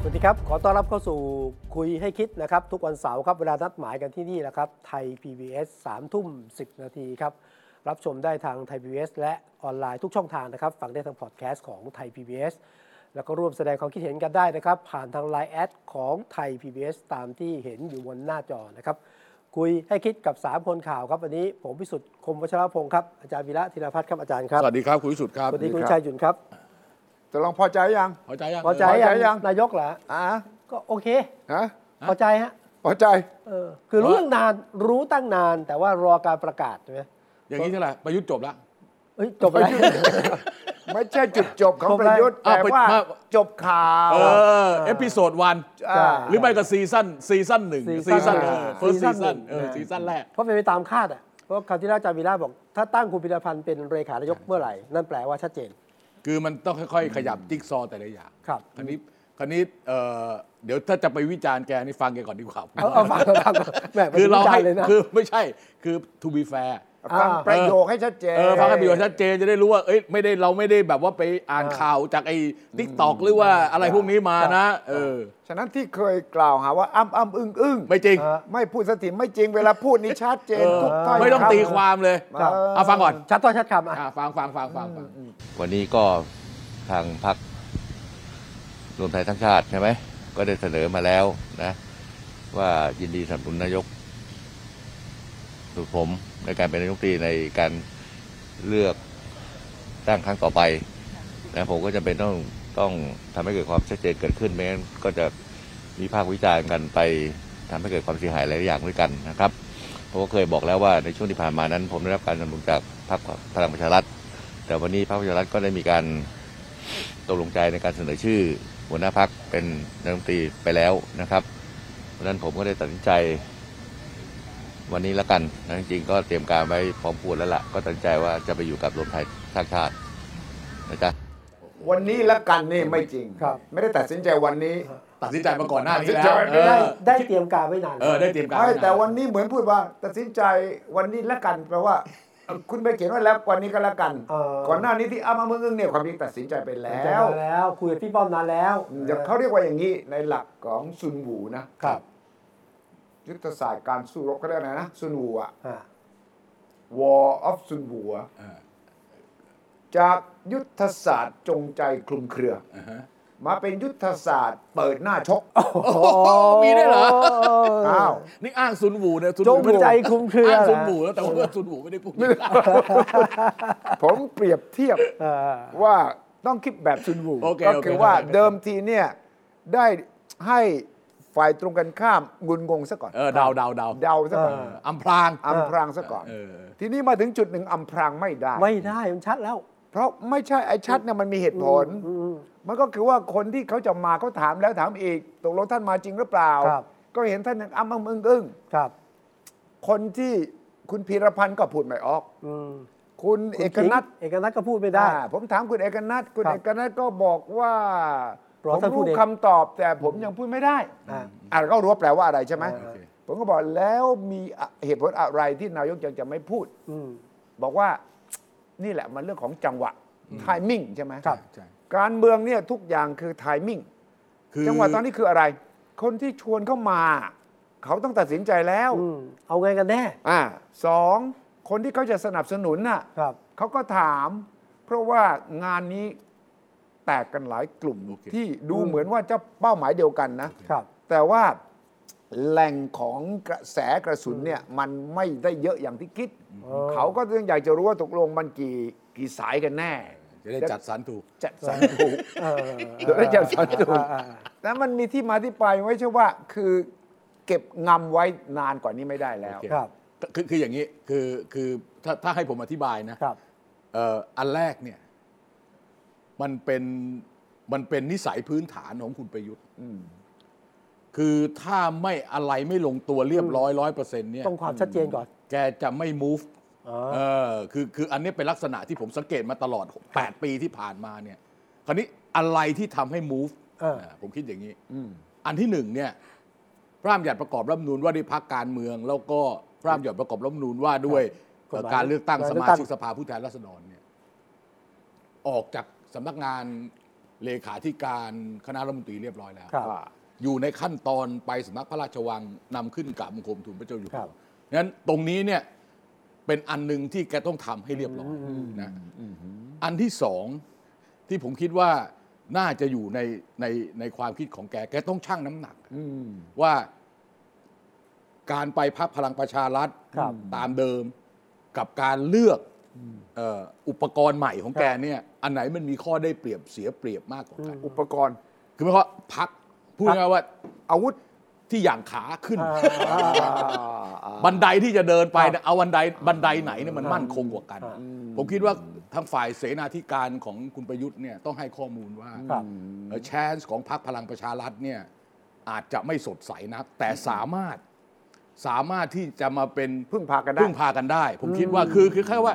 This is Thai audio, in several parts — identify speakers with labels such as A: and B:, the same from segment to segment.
A: สวัสดีครับ ขอต้อนรับเข้าสู่คุยให้คิดนะครับ ทุกวันเสาร์ครับ เวลานัดหมายกันที่นี่แหละครับ ไทย PBS 3 ทุ่ม 10 นาทีครับ รับชมได้ทางไทย PBS และออนไลน์ทุกช่องทางนะครับ ฟังได้ทางพอดแคสต์ของไทย PBS แล้วก็ร่วมแสดงความคิดเห็นกันได้นะครับ ผ่านทาง Line แอดของไทย PBS ตามที่เห็นอยู่บนหน้าจอนะครับ คุยให้คิดกับ 3 คนข่าวครับวันนี้ผมพิสุทธิ์คมวัชรพงศ์ครับอาจารย์วีระธีรพัฒน์ครับอาจารย์ครับ
B: สวัสดีครับคุณวิสุทธ์ครับ
A: สวัสดีคุณ
B: รับ
A: ชายหยุ่นครับ
C: ตกลงพอใจยัง
B: พอใจยัง
A: พอใจ
B: เย
C: ยั
A: ยัง
C: ง
A: นายกเหรอ
C: อ่ะ
A: ก็โอเค
C: ฮะ
A: พอใจฮะ
C: พอใจ
A: เออคือรู้ตั้งนานรู้ตั้งนาน แต่ว่ารอการประกาศใช่ไหม
B: อย่างนี้เท่าไหร่ประยุทธ์จบละ
A: เอ้ยจบแล้ว
C: ไม่ใช่จุดจบของ
A: จบ
C: ป
A: แล้
C: ระ
A: ว
C: ยุทธ์
B: อ้าว
C: แต่
B: ไป
C: ว่า
B: มา
C: จบข่าว
B: เออเอพิโซดวัน
C: อ่า
B: หรือไม่ก็ซีซั่นซีซั่นหนึ่ง
A: ซี
B: ซี
A: ซั่
B: ซั่
A: น
B: น
A: หนึ่
B: เอง อ first
A: ซีซั่นหนึ่
B: season
A: ง
B: เออซีซั่นแรก
A: เพราะเป็นไปตามคาดอ่ะเพราะคราวที่แล้วอาจารย์วีระบอก ถ้าตั้งคุณพิรพันธ์เป็นเลขานายกเมื่อไหร่ นั่นแปลว่าชัดเจน
B: คือมันต้องค่อยๆ ขยับจิ๊กซอว์แต่ละอย่าง
A: ครับ
B: คราวนี้คราวนี้เอ่อเดี๋ยวถ้าจะไปวิจารณ์แกนี่ฟังแกก่อนดีกว่า
A: เอาเอาฟังฟังแหมมัน
B: คือเรา
A: วิจ
B: ให้
A: ณ์เลยนะ
B: คือไม่ใช่คือ to be fair
C: ฟัง
A: อ่า
C: ประโยคให้ชัดเจน
B: เออฟังให้มีความชัดเจนจะได้รู้ว่าเอ้ยไม่ได้เราไม่ได้แบบว่าไปอ่านข่าวจากไอ้ทิกตอกหรือว่าอะไรพวกนี้มานะเออ
C: ฉะนั้นที่เคยกล่าวหาว่าอ้ำอ้ำอึ้งอึ้ง
B: ไม่จริง
A: เออ
C: ไม่พูดสถิไม่จริงเวลาพูดนี่ชัดเจนทุกถ้อย
B: ไม่ต้อง
C: ำ
B: ตีความเลย
A: ครับ
B: เอาฟังก่อน
A: ชัดต้อยชัดคำอ่ะ
B: อ่ะฟังฟังฟังฟังฟัง
D: วันนี้ก็ทางพักรวมไทยทั้างชาติใช่ไหม ก็ได้เสนอมาแล้วนะ ว่ายินดีสนับสนุนนายกสุดผมในการเป็นนายกรัฐมนตรีในการเลือกตั้งครั้งต่อไปนะผมก็จำเป็นต้องต้องทำให้เกิดความชัดเจนเกิดขึ้นไม่งั้นก็จะมีภาควิจารณ์กันไปทำให้เกิดความเสียหายหลายอย่างด้วยกันนะครับผมก็เคยบอกแล้วว่าในช่วงที่ผ่านมานั้น ผมได้รับการสนับสนุนจากพรรคพลังประชารัฐ แต่วันนี้พรรคประชารัฐก็ได้มีการตกลงใจในการเสนอชื่อ หัวหน้าพักเป็นนายกรัฐมนตรีไปแล้วนะครับเพราะฉะนั้นผมก็ได้ตัดสินใจ วันนี้แล้วกันนะจริงๆก็เตรียมการไว้พร้อมพูดแล้วล่ะ ก็ตัดสินใจว่าจะไปอยู่กับรวมไทยสร้างชาตินะจ๊ะ
C: วันนี้ละกันนี่ไม่จริง ไม่ได้ตัดสินใจวันนี้
B: ตัดสินใจมาก่อนหน้านี้
C: ตั
B: แล้ว
C: ดสินใจ
B: เออ
A: ได้ได้เตรียมการไว้นาน
B: เออได้เตรียมการ
C: ไม่แต่วันนี้เหมือนพูดว่า ตัดสินใจวันนี้ละกันแปลว่าเอ่อคุณไปเขียนไว่าแล้ววันนี้ก็ละกัน
A: เออ
C: ก่อนหน้านี้ที่อ้ำอ้ำอึ้งอึ้งเนี่ยความจริงตัดสินใจไป
A: ตัด
C: แล้
A: ใจ
C: ว
A: มาแล้วคุยกับพี่ป้อมนานแล้ว
C: เดี๋ยวเขาเรียกว่าอย่างนี้ในหลักของซุนวูนะครับ ยุทธศาสตร์การสู้รบเขาเรียกอะไรนะซุนวูอะ
A: อ่า
C: War of ซุนวูอะจากยุทธศาสตร์จงใจคลุมเครืออมาเป็นยุทธศาสตร์เปิดหน้าชก
B: โอ้โหมีได้วยเหรอ
C: อ้าว
B: นี่อ้างซุนหวูเนี่ยซุน
A: จง
B: หวูไม่ได้
A: ใจคลุมเครือ
B: อ้าง
A: เหร
B: ซุ
A: อน
B: หวูแล้วแต่ว่าซุนหวูไม่ได้พูด
C: ผมเปรียบเทียบ
A: เออ
C: ว่าต้องคิดแบบซุนวู
B: โอเค
C: ก็
B: โ
C: คือว่าเดิมทีเนี่ยได้ให้ฝ่ายตรงกันข้ามงุนงงซะก่อน
B: เออเดาเดาเดา
C: เดาซะก่อน
A: เออ
B: อัมพราง
C: อำพรางซะก่อน
B: เออ
C: ทีนี้มาถึงจุดหนึ่งอำพรางไม่ได้
A: ไม่ได้มันชัดแล้ว
C: เพราะไม่ใช่ไอ้ชัดเนี่ยมันมีเหตุผล
A: อืม
C: มันก็คือว่าคนที่เขาจะมาเขาถามแล้วถามอีกตกลงท่านมาจริงหรือเปล่า
A: ครับ
C: ก็เห็นท่านยังอ้ำอ้ำอึ้งอึ้ง
A: ครับ
C: คนที่คุณพีรพันธ์ก็พูดไม่ออก
A: อืม
C: คุณเอกนัท
A: เอกนัทก็พูดไม่ได้
C: อ่าผมถามคุณเอกนัทคุณ
A: ครับ
C: เอกนัทก็บอกว่า
A: รอ
C: ผม
A: ท่านพูด
C: รู้
A: เอง
C: คำตอบ แต่ผมยังพูดไม่ได้
A: อ่า
C: อ่าก็รู้ว่าแปลว่าอะไรใช่ไหม
B: โอเค
C: ผมก็บอกแล้วมีเหตุผลอะไรที่นายกยังจะไม่พูด
A: อืม
C: บอกว่านี่แหละมันเรื่องของจังหวะไทมิ่งใช่ไหม
A: ครับ
B: ใช่
C: การเมืองเนี่ยทุกอย่างคือไทมิ่ง
B: คือ
C: จังหวะตอนนี้คืออะไร คนที่ชวนเข้ามา เขาต้องตัดสินใจแล้ว
A: อืมเอาไงกันแน่
C: อ่าสองคนที่เขาจะสนับสนุนน่ะ
A: ครับ
C: เขาก็ถาม เพราะว่างานนี้แตกกันหลายกลุ่ม ที่ดูเหมือนว่าจะเป้าหมายเดียวกันนะ
A: ครับ
C: แต่ว่าแหล่งของกระแสกระสุนเนี่ยมันไม่ได้เยอะอย่างที่คิด
A: อ๋อ
C: เขาก็ต้องอยากจะรู้ว่าตกลงมันกี่กี่สายกันแน่
B: จะได้จัดสรรถูก
C: จัดสร รถูก
A: เออ
C: เดี๋ยวได้จัดสรรถูก
A: อ่าๆ
C: นะมันมีที่มาที่ไปไว้ใช่ว่าคือเก็บงำไว้นานกว่านี้ไม่ได้แล้ว
B: โอเค
A: ครับ
B: คือคืออย่างนี้คือคือถ้าถ้าให้ผมอธิบายนะ
A: ครับ
B: เอ่ออันแรกเนี่ยมันเป็นมันเป็นนิสัยพื้นฐานของคุณประยุทธ์ คือถ้าไม่อะไรไม่ลงตัวเรียบร้อยร้อยเปอร์เซ็นต์เนี่ย
A: ต้องความชัดเจนก่อน
B: แกจะไม่ move
A: อ๋อ
B: เออคือคืออันนี้เป็นลักษณะที่ผมสังเกตมาตลอด 8 ปีที่ผ่านมาเนี่ย คราวนี้อะไรที่ทำให้ move
A: เออ
B: นะผมคิดอย่างนี้
C: อืม
B: อันที่หนึ่งเนี่ยพระราชบัญญัติประกอบรัฐธรรมนูญว่าด้วยพักการเมือง แล้วก็พระราชบัญญัติประกอบรัฐธรรมนูญว่าด้วย
A: กฎหมาย
B: การเลือกตั้ง
A: การ
B: ส
A: เลือก
B: มา
A: ตั้ง
B: ชิกสภาผู้แทนราษฎรเนี่ยออกจากสำนักงานเลขาธิการคณะรัฐมนตรีเรียบร้อยแล้ว
A: ครับ
B: อยู่ในขั้นตอนไปสำนักพระราชวังนำขึ้นกราบบังคมทูลพระเจ้าอยู่
A: ครั
B: หั
A: บ
B: วนั้นตรงนี้เนี่ยเป็นอันหนึ่งที่แกต้องทำให้เรียบร้อยนะอันที่สองที่ผมคิดว่าน่าจะอยู่ในในในความคิดของแก แกต้องชั่งน้ำหนัก
C: อืม
B: ว่าการไปพักพลังประชารัฐ
A: ครับ
B: ตามเดิมกับการเลือกเอ่ออุปกรณ์ใหม่ของแกเนี่ยอันไหนมันมีข้อได้เปรียบเสียเปรียบมากกว่ากัน
C: อุปกรณ์
B: คือหมายความว่าพักพูดง่ายๆว่า
C: อาวุธ
B: ที่อย่างขาขึ้น
A: อ่า
B: บันไดที่จะเดินไป
A: ครับ
B: เนี่ยเอาบันไดบันไดไหนเนี่ยมันมั่นคงกว่ากัน
A: อ่า
B: ผมคิดว่าทางฝ่ายเสนาธิการของคุณประยุทธ์เนี่ยต้องให้ข้อมูลว่า
A: ครับ
B: แชนส์ของพรรคพลังประชารัฐเนี่ยอาจจะไม่สดใสนัก แต่สามารถสามารถที่จะมาเป็น
C: พึ่งพากันได้
B: พึ่งพากันได้ ผมคิดว่าคือคือแค่ว่า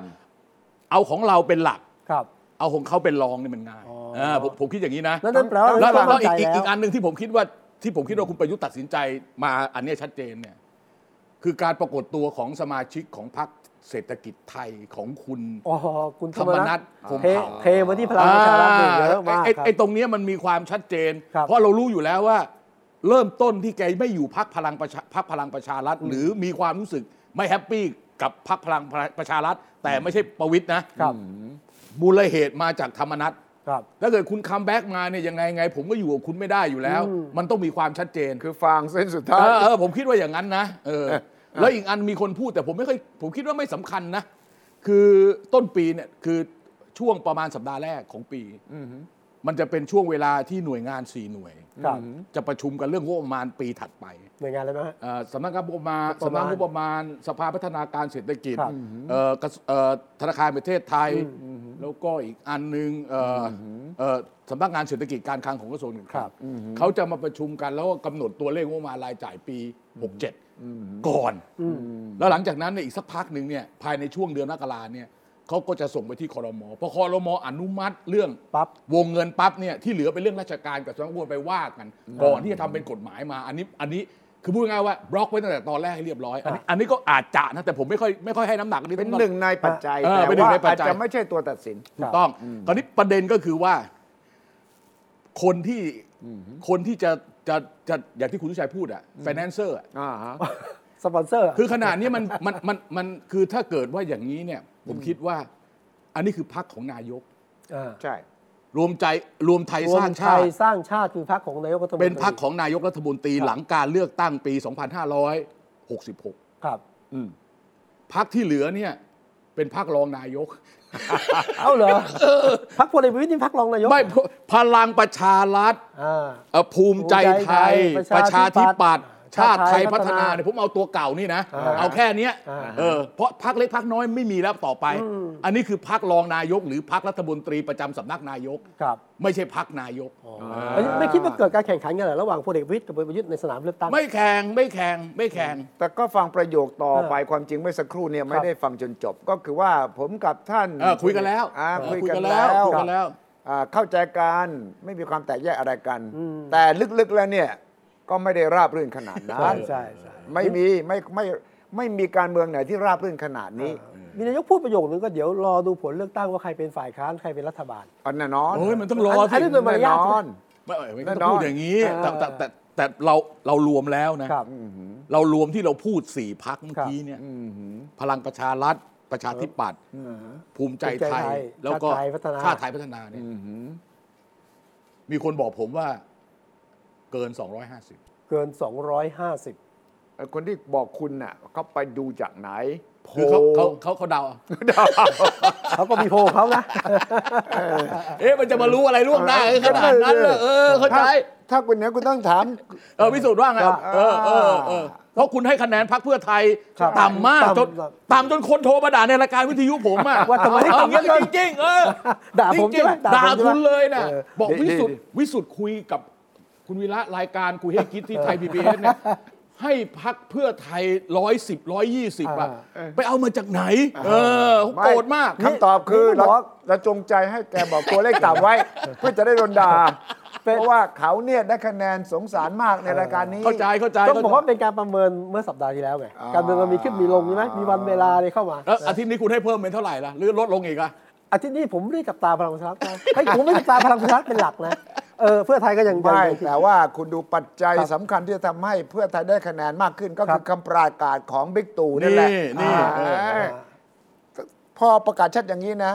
B: เอาของเราเป็นหลัก
A: ครับ
B: เอาของเขาเป็นรองเนี่ยมันง่าย
A: อ๋ออ่
B: าผมผมคิดอย่างนี้นะ
A: นั่นนั่นแปลว่า
B: แล้วแล้ว
A: เรา
B: แล้ว
A: ใจ
B: อีก
A: แล้ว
B: อีกอีกอันหนึ่งที่ผมคิดว่าที่ผมคิดว่าคุณประยุทธ์ตัดสินใจมาอันเนี้ยชัดเจนเนี่ยคือการปรากฏตัวของสมาชิกของพรรคเศรษฐกิจไทยของคุณ
A: อ๋อคุณธรรม
B: ธรรมนั
A: นั
B: ฐ
A: ฐ
B: พรหม
A: เท
B: เผ่า
A: เทมาที่พลังประชารัฐเนี่ยเยอะมาก
B: ไอ้
A: ครับ
B: ไอ้ตรงเนี้ยมันมีความชัดเจน
A: ครับ
B: เพราะเรารู้อยู่แล้วว่า เริ่มต้นที่แกไม่อยู่พักพลังประชาพักพลังประชารัฐ หรือมีความรู้สึกไม่แฮปปี้กับพักพลังประชารัฐ แต่ไม่ใช่ประวิทย์นะครับ มูลเหตุมาจากธรรมนัฐ
A: ครับ
B: ถ้าเกิดคุณคัมแบ็กมาเนี่ยยังไงไง ผมก็อยู่กับคุณไม่ได้อยู่แล้ว
A: อืม
B: มันต้องมีความชัดเจน
C: คือฟางเส้นสุดท้า
B: เอย อเออผมคิดว่าอย่างนั้นนะเออ แล้วอีกอันมีคนพูดแต่ผมไม่ค่อยผมคิดว่าไม่สำคัญนะ คือต้นปีเนี่ยคือช่วงประมาณสัปดาห์แรกของปี มันจะเป็นช่วงเวลาที่หน่วยงานสี่หน่วย
A: ครับ
B: จะประชุมกันเรื่องงบประมาณปีถัดไป
A: หน่วยงานอะไรไหมฮะ
B: เอ่อสำนักงานงบประมาณ
A: งบประ
B: สำ
A: มาณ
B: นักงบประมาณสภาพัฒนาการเศรษฐกิจ
A: ครับ
B: เอ่อกระทรวงเอ่อธนาคารแห่งประเทศไทย แล้วก็อีกอันหนึงเอ่ออเอ่อสำนักงานเศรษฐกิจการคลังของกระทรวงการค
A: ครั
B: ลัง
A: บ
B: เขาจะมาประชุมกันแล้วก็กำหนดตัวเลขงบประมาณรายจ่ายปี 67 ก่อน
A: อืม
B: แล้วหลังจากนั้นเนี่ยอีกสักพักหนึ่งเนี่ยภายในช่วงเดือนมกราเนี่ยเขาก็จะส่งไปที่คอรมอพอคอรมออนุมัติเรื่อง
A: ปั๊บ
B: วงเงินปั๊บเนี่ยที่เหลือเป็นเรื่องราชการกับสำนักงบไปว่ากัน ก่อนที่จะทำเป็นกฎหมายมา อันนี้อันนี้คือพูดง่ายๆว่าบล็อกไว้ตั้งแต่ตอนแรกให้เรียบร้อย อันนี้อันนี้ก็อาจจะนะแต่ผมไม่ค่อยไม่ค่อยให้น้ำหนักอั
C: เป็น
B: ต้อง
C: หนึ่งในปัจจัย
B: เออ
C: แต่
B: เป็นหนึ่
C: ว่าง
B: ในปัจ
C: อาจ
B: จัย
C: จะไม่ใช่ตัวตัดสิน
B: ถูกต้องคราวนี้ประเด็นก็คือว่าคนที่คนที่จะจะจะอย่างที่คุณทุชัยพูดอะ financer อะ
C: อ่าฮะ
A: สปอนเซอร์
B: คือขนาดนี้มันมันมันมันคือถ้าเกิดว่าอย่างนี้เนี่ย ผมคิดว่า อันนี้คือพักของนายก
C: ใช่
B: รวมใจรวมไทย
A: รว
B: สร้าม ง
A: ไท
B: ชาติ
A: ยสร้างชาติคือพรรคของนายกรัฐมนตรี
B: เป็นพักของนายกรัฐมนตรีหลังการเลือกตั้งปี 2566
A: ครับ
B: พักที่เหลือเนี่ย เป็นพักรองนายก
A: เอ้าเหรอพรรคพลเอกประวิตรนี่พรรครองนายก
B: ไม่พลังประชารัฐ
A: อ่า
B: เอ่อภูมิใจไทย
A: ภูมิ
B: ประ
A: ใจไทยประชา
B: ชา
A: ธิ
B: ธิ
A: ปั
B: ปั
A: ต
B: ต
A: ย์
B: ย์ชาติ
A: ชาติ
B: ไทย
A: ไทยพั
B: พั
A: ฒ
B: ฒ
A: นา
B: นาเนี่ยผมเอาตัวเก่านี่นะ
A: อ่า
B: เอาแค่เนี้ย
A: อ่า
B: เออเพราะพักเล็กพักน้อยไม่มีแล้วต่อไป
A: อืม
B: อันนี้คือพักรองนายก หรือพักรัฐมนตรีประจำสำนักนายก
A: ครับ
B: ไม่ใช่พักนายก
A: อันนี้ไม่คิดว่าเกิดการแข่งขันกันเหรอระหว่างพลเอกประวิตรกับพลเอกประยุทธ์ในสนามเลือกตั้ง
B: ไม่แข่งไม่แข่งไม่แข่ง
C: แต่ก็ฟังประโยคต่อไป
A: เออ
C: ความจริงเมื่อสักครู่เนี่ย
A: ครับ
C: ไม่ได้ฟังจนจบ ก็คือว่าผมกับท่าน
B: เออคุยกันแล้ว
C: อ่า
B: เออ
C: คุย
B: คุยกั
C: กัน น
B: แล้
C: แล้ว ว
B: คุยกันแล้ว
C: อ่าเข้าใจกันไม่มีความแตกแยกอะไรกัน แต่ลึกๆแล้วเนี่ย ก็ไม่ได้ราบรื่นขนาดนั้
A: ใช่
C: น
A: ใช่ใช่
C: ไม่มีไม่ไม่ไม่มีการเมืองไหนที่ราบรื่นขนาดนี้
A: มีนายกพูดประโยคนึงก็เดี๋ยวรอดูผลเลือกตั้งว่าใครเป็นฝ่ายค้านใครเป็นรัฐบาล
C: อันแน่นอน
B: โอ้ยมันต้องรอ
A: อั
B: สิ
A: นนี้เป็นมาร
C: แน่
A: ยาท
C: นอน
B: ไม่ไม่ไม่
C: แน่น
B: ต้
C: อ
B: อง
C: น
B: พูดอย่างนี้แต่แต่แต่แต่เราเรารวมแล้วนะ
A: ครับ
B: เรารวมที่เราพูดสี่พักเมื่อกี้เนี่ยพลังประชารัฐ ประชาธิปัตย์ภูมิใจ
A: ภูมิใจ
B: ไท
A: ไท
B: ย
A: ย
B: แล้วก็
A: ชาติไทยพัฒนา
B: ชาติไทยพัฒนาเนี่ยมีคนบอกผมว่าเกิน 250
A: เกิน 250
C: ไอ้คนที่บอกคุณน่ะเขาไปดูจากไหนโพล
B: คือเขาเขาเขาเขาเดา
A: เขาก็มีโพลเขานะ
B: เอ๊ะมันจะมารู้อะไรล่วงหน้าขนาดนั้นเลยเออเข้าใจ
C: ถ้าถ้าคุณเนี้ยคุณต้องถาม
B: เออพิสูจน์ว่าไง
A: ครับ
B: เออเออเออเพราะคุณให้คะแนนพรรคเพื่อไทย
A: ครับ
B: ต่ำมากจน
A: ต่ำ
B: ต่ำจนคนโทรมาด่าในรายการวิทยุผมอะ
A: ว่าทำไม
B: เออ
A: ต่ำเหลือเกิน
B: จริงๆเออ
A: ด่าผมใช่ไหม
B: จริงๆด่า
A: ผมใช่ไหม
B: คุณเลยนะ
A: ออ
B: บอก
C: ดี
B: วิ
C: ดี
B: สุทธ์
C: ดี
B: วิสุทธ์คุยกับ คุณวีระรายการคุยให้คิดที่ไทยพีบีเอสเนี่ยให้พักเพื่อไทยร้อยสิบร้อยยี่สิบอะ
C: เออ
B: ไปเอามาจากไหน เออเขา โกรธมาก
C: คำตอบคือ
A: นี่
C: เรา
A: บอก
C: เราจงใจให้แกบอกตัวเลขต่ำไว้ เพื่อจะได้โดนด่าเพ
A: เป็น
C: ราะว่าเขาเนี่ยได้คะแนนสงสารมากในรายการนี้
B: เข้าใจเข้าใจ
A: ต้องบอกว่าเป็นการประเมินเมื่อสัปดาห์ที่แล้วไง
C: อ่า
A: การประเมินมันมีขึ้นมีลงใช่ไหมมีวันเวลาเลยเข้ามา
B: แล้วอาทิตย์นี้คุณให้เพิ่มเป็นเท่าไหร่ล่ะ หรือลดลงอีกอะ
A: อาทิตย์นี้ผมไม่ได้จับตาพลังประชารัฐนะเฮ้ยผมไม่ได้จับตาพลังประชารัฐเป็นหลักนะเออเพื่อไทยก็ยังยัง
C: ไม่
A: ยัง
C: แต่ว่าคุณดูปัจจัย
A: ครับ
C: สำคัญที่จะทำให้เพื่อไทยได้คะแนนมากขึ้นก็คือคำประกาศของบิ๊กตู่นั่นแหละ
B: นี่นี่เออ
C: อ่าพอประกาศชัดอย่างนี้นะ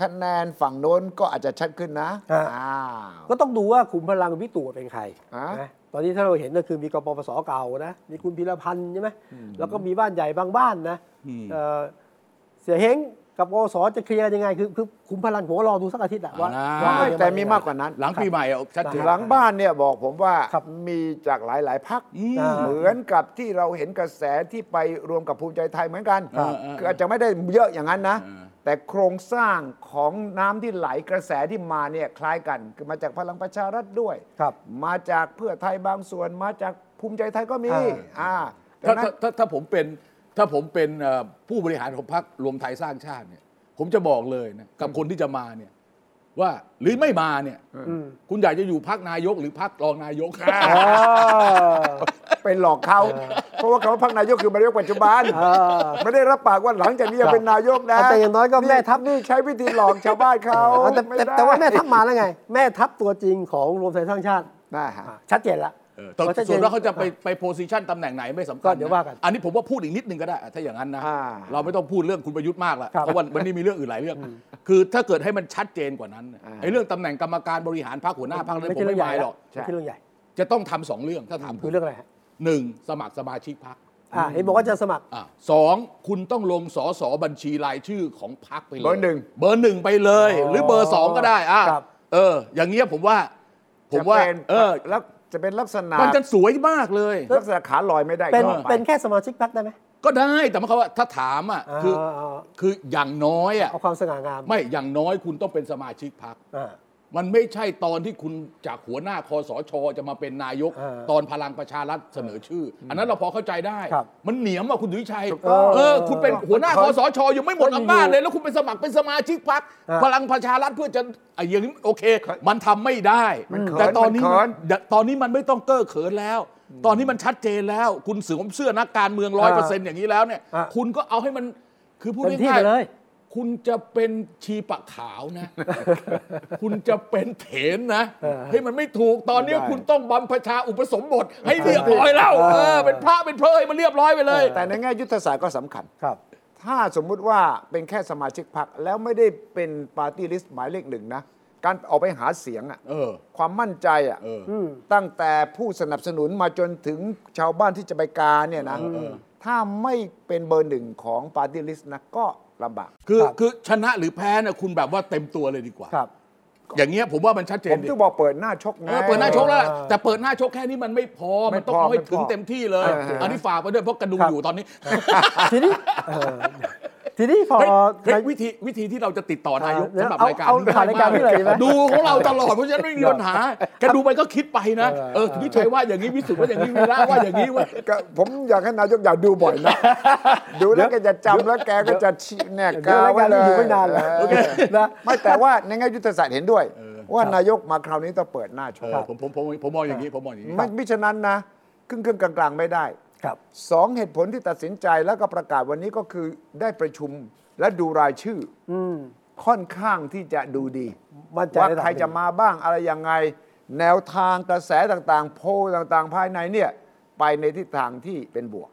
C: คะแนนฝั่งโน้นก็อาจจะชัดขึ้นนะ
A: อ่า
C: อ้าว
A: ก็ต้องดูว่าขุมพลังวิกตู่เป็นใคร
C: อ่ะ
A: นะตอนนี้ถ้าเราเห็นก็คือมีกปปสเก่านะมีคุณพิรพันธ์ใช่ไหมแล้วก็มีบ้านใหญ่บางบ้านนะเอ่อเสียเฮงกับกปปสจะเคลียร์ยังไงคือคือขุมพลังผมว่ารอดูสักอาทิตย์อะว่า
B: อ่า
A: ว่า
C: ไม่
A: จะ
C: แต่มี
A: ยังไง
C: มากกว่านั้น
B: หลังปีใหม่อะชัดเจน
C: หลังบ้านเนี่ยบอกผมว่า
A: ครับ
C: มีจากหลาย ๆพัก
B: อืม
C: เหมือนกับที่เราเห็นกระแสที่ไปรวมกับภูมิใจไทยเหมือนกัน
B: ครับ
C: คืออาจจะไม่ได้เยอะอย่างนั้นนะ
B: อ่า
C: แต่โครงสร้างของน้ำที่ไหลกระแสที่มาเนี่ยคล้ายกัน คือมาจากพลังประชารัฐด้วย
A: ครับ
C: มาจากเพื่อไทยบางส่วนมาจากภูมิใจไทยก็มี
A: อ่า
C: อ่าดั
B: ถ้าง
C: นั้น
B: ถ้าถ้าถ้าผมเป็นถ้าผมเป็นเอ่อผู้บริหารของพรรครวมไทยสร้างชาติเนี่ย ผมจะบอกเลยนะกับคนที่จะมาเนี่ย ว่าหรือไม่มาเนี่ย คุณอยากจะอยู่พักนายกหรือพักรองนายก
A: อ่า
C: ไปหลอกเขาเพราะว่าคำว่าพักนายกคือนายกปัจจุบัน
A: อ่า
C: ไม่ได้รับปากว่าหลังจากนี้จะเป็นนายกนะ
A: แต่อย่างน้อยก็แม่ทัพ
C: นี่ใช้วิธีหลอกช าวบ้านเขา
A: แต่
C: ไม่
A: แต่
C: ได้
A: แต่ว่าแม่ทัพมาแล้วไง แม่ทัพตัวจริงของรวมไทยสร้างชาติ
C: นะฮะ
A: อ่ะชัดเจนละ
B: เออแต่
A: ชัดจ
B: ส่วนว่าเขาจะไปไปโพสิชันตำแหน่งไหนไม่สำคัญ
A: ก็เดี๋ยวว่ากันะ
B: อันนี้ผมว่าพูดอีกนิดนึงก็ได้อ่ะถ้าอย่างนั้นนะ
C: อ่า
B: เราไม่ต้องพูดเรื่องคุณประยุทธ์มากละ
A: ครับ
B: เพราะวันวันนี้มีเรื่องอื่นหลายเรื่อง คือถ้าเกิดให้มันชัดเจนกว่านั้นน่ะไอ้เรื่องตำแหน่งกรรมการบริหารพรรคหัวหน้าพรรคเลย
A: ไม่
B: ผ
A: ใช่
B: ม
A: เรื่อ
B: ไม่
A: งใหญ่
B: หมายหรอก
A: ไม่ใช่เรื่องใหญ่
B: จะต้องทำสองเรื่องถ้าถามผ
A: คื
B: ม
A: อเรื่องอะไรฮะ
B: หนึ่งสมัครสมาชิกพรรค
A: อ่าเห็นบอกว่าจะสมัคร
B: อ่ะสองคุณต้องลงสอสอบัญชีรายชื่อของพรรคไปเลย
C: เบอร์หนึ่ง
B: เบอร์หนึ่งไปเลย หรือเบอร์สองก็ได้อ่ะ
A: ครับ
B: เออ อย่างเงี้ยผมว่า ผมว่า
C: จะเป็น
B: เออ
C: แล้วจะเป็นลักษณะ
B: มันจะสวยมากเลย
C: ลักษณะขาลอยไม่ได้อีก
A: เป็น
C: ต่อไ
A: เป็นแค่สมาชิกพรรคได้ไหม
B: ก็ได้แต่หมายความว่าถ้าถามอ่ะ
A: อ่า
B: คือ
A: เอาเอา
B: คืออย่างน้อยอ่ะ
A: เอาความสง่างาม
B: ไม่อย่างน้อยคุณต้องเป็นสมาชิกพรรค
A: อ่า
B: มันไม่ใช่ตอนที่คุณจากหัวหน้าคอสชจะมาเป็นนายก
A: อ่า
B: ตอนพลังประชารัฐเสนอชื่อออันนั้นเราพอเข้าใจได้
A: ครับ
B: มันเหนียมอ่ะคุณดุวิชัย
C: ถูกต้อง
B: เออคุณเป็นหัวหน้า
A: เขา
B: คอสชยังไม่หมดอำนาจเลยแล้วคุณไปสมัครเป็นสมาชิกพรรค
A: อ่า
B: พลังประชารัฐเพื่อจะไอ้อย่างนี้โอเค มันทำไม่ได้
C: มันเขิน
B: แต่ตอนนี้
C: มันเขิน
B: แต่ตอนนี้มันไม่ต้องเก้อเขินแล้ว ตอนนี้มันชัดเจนแล้ว คุณสวมเสื้อนักการเมืองร้อยเปอร์เซ็นต์อย่างนี้แล้วเนี่ย
A: อ่ะ
B: คุณก็เอาให้มันคือพูด
A: เต็มที่
B: ง่าย
A: ไปเลย
B: ๆคุณจะเป็นชีปะขาวนะ คุณจะเป็นเถนนะ
A: เออ
B: เฮ้ยมันไม่ถูกตอนนี้
C: ไม่ได้
B: คุณต้องบำเพ็ญชาอุปสมบ ท ให้เรียบร้อยแล้ว
A: เออ
B: เออเป็นพระเป็นเพลให้มันเรียบร้อยไปเลย
C: แต่ในแง่ยุทธศาสตร์ก็สำคัญ
A: ครับ
C: ถ้าสมมุติว่าเป็นแค่สมาชิกพรรคแล้วไม่ได้เป็นปาร์ตี้ลิสต์หมายเลขหนึ่งนะ การออกไปหาเสียงอะ
B: เออ
C: ความมั่นใจอะ
B: เออ
C: ตั้งแต่ผู้สนับสนุนมาจนถึงชาวบ้านที่จะไปกาเนี่ยนะถ้าไม่เป็นเบอร์หนึ่งของปาร์ตี้ลิสต์นะก็ลำบาก
B: คือ
A: ครับ
B: คือชนะหรือแพ้เนี่ยคุณแบบว่าเต็มตัวเลยดีกว่า
A: ครับ
B: อย่างเงี้ยผมว่ามันชัดเจ
C: ผ
B: น
C: ม
B: ดี
C: ถึงบอกเปิดหน้าชกไง
B: เออเปิดหน้าชกแล้วล่ะ
A: เออ
B: แต่เปิดหน้าชกแค่นี้มันไม่พอ
C: ไม่
B: มันต้อง
C: พอ
B: เอาให้ถึง
C: ไม่พอ
B: เต็มที่เลย
A: เออเออ
B: อันนี้ฝากไปด้วยเพราะกระดุมอยู่ตอนนี้
A: ทีนี้เอ่อทีนี้พอ
B: เฮ้ยเฮ้ยวิธีวิธีที่เราจะติดต่อนายก
A: เออ
B: สำหรับ
A: เอา
B: รายการ
A: เอา
B: นี้
A: ผ่านรายการนี้เลยดีไหม
B: ดูของเราตลอดเพราะฉะนั้นไม่มีปัญหาแกดูไปก็คิดไปนะเอ
A: เอ
B: อ
A: อ
B: ถึงที่ชัยว่าอย่างนี้วิสุทธ์ว่าอย่างนี้วีระว่าอย่างนี้เว่า
C: ก็ผมอยากให้นายกอยากดูบ่อยนะ ดูแล้วแกจะจำแล้วแกก็จะชี้แน่
A: เดี๋ย
C: กาว
A: ราย
C: ไว้
A: การ
C: เล
A: นี้
C: ย
A: อยู่ไม่นานแล้ว
C: เออ
A: นะ
C: ไม่แต่ว่าในแง่ยุทธศาสตร์เห็นด้วย ว่านายกมาคราวนี้ต้องเปิดหน้าชก
B: ผมผมผมผมมองอย่างนี้ผมมองอย่างนี้
C: ไม่มิฉะนั้นนะครึ่งครึ่งๆกลางๆไม่ได้
A: ครับ
C: สองเหตุผลที่ตัดสินใจแล้วก็ประกาศวันนี้ก็คือได้ประชุมและดูรายชื่ออ
A: อืม
C: ค่อนข้างที่จะดูดี
A: มั่นใจ
C: ว่า
A: ระดับหนึ่ง
C: ใครจะมาบ้างอะไรยังไง แนวทางกระแสต่างๆ โพลต่างๆ ภายในเนี่ยไปในทิศทางที่เป็นบวก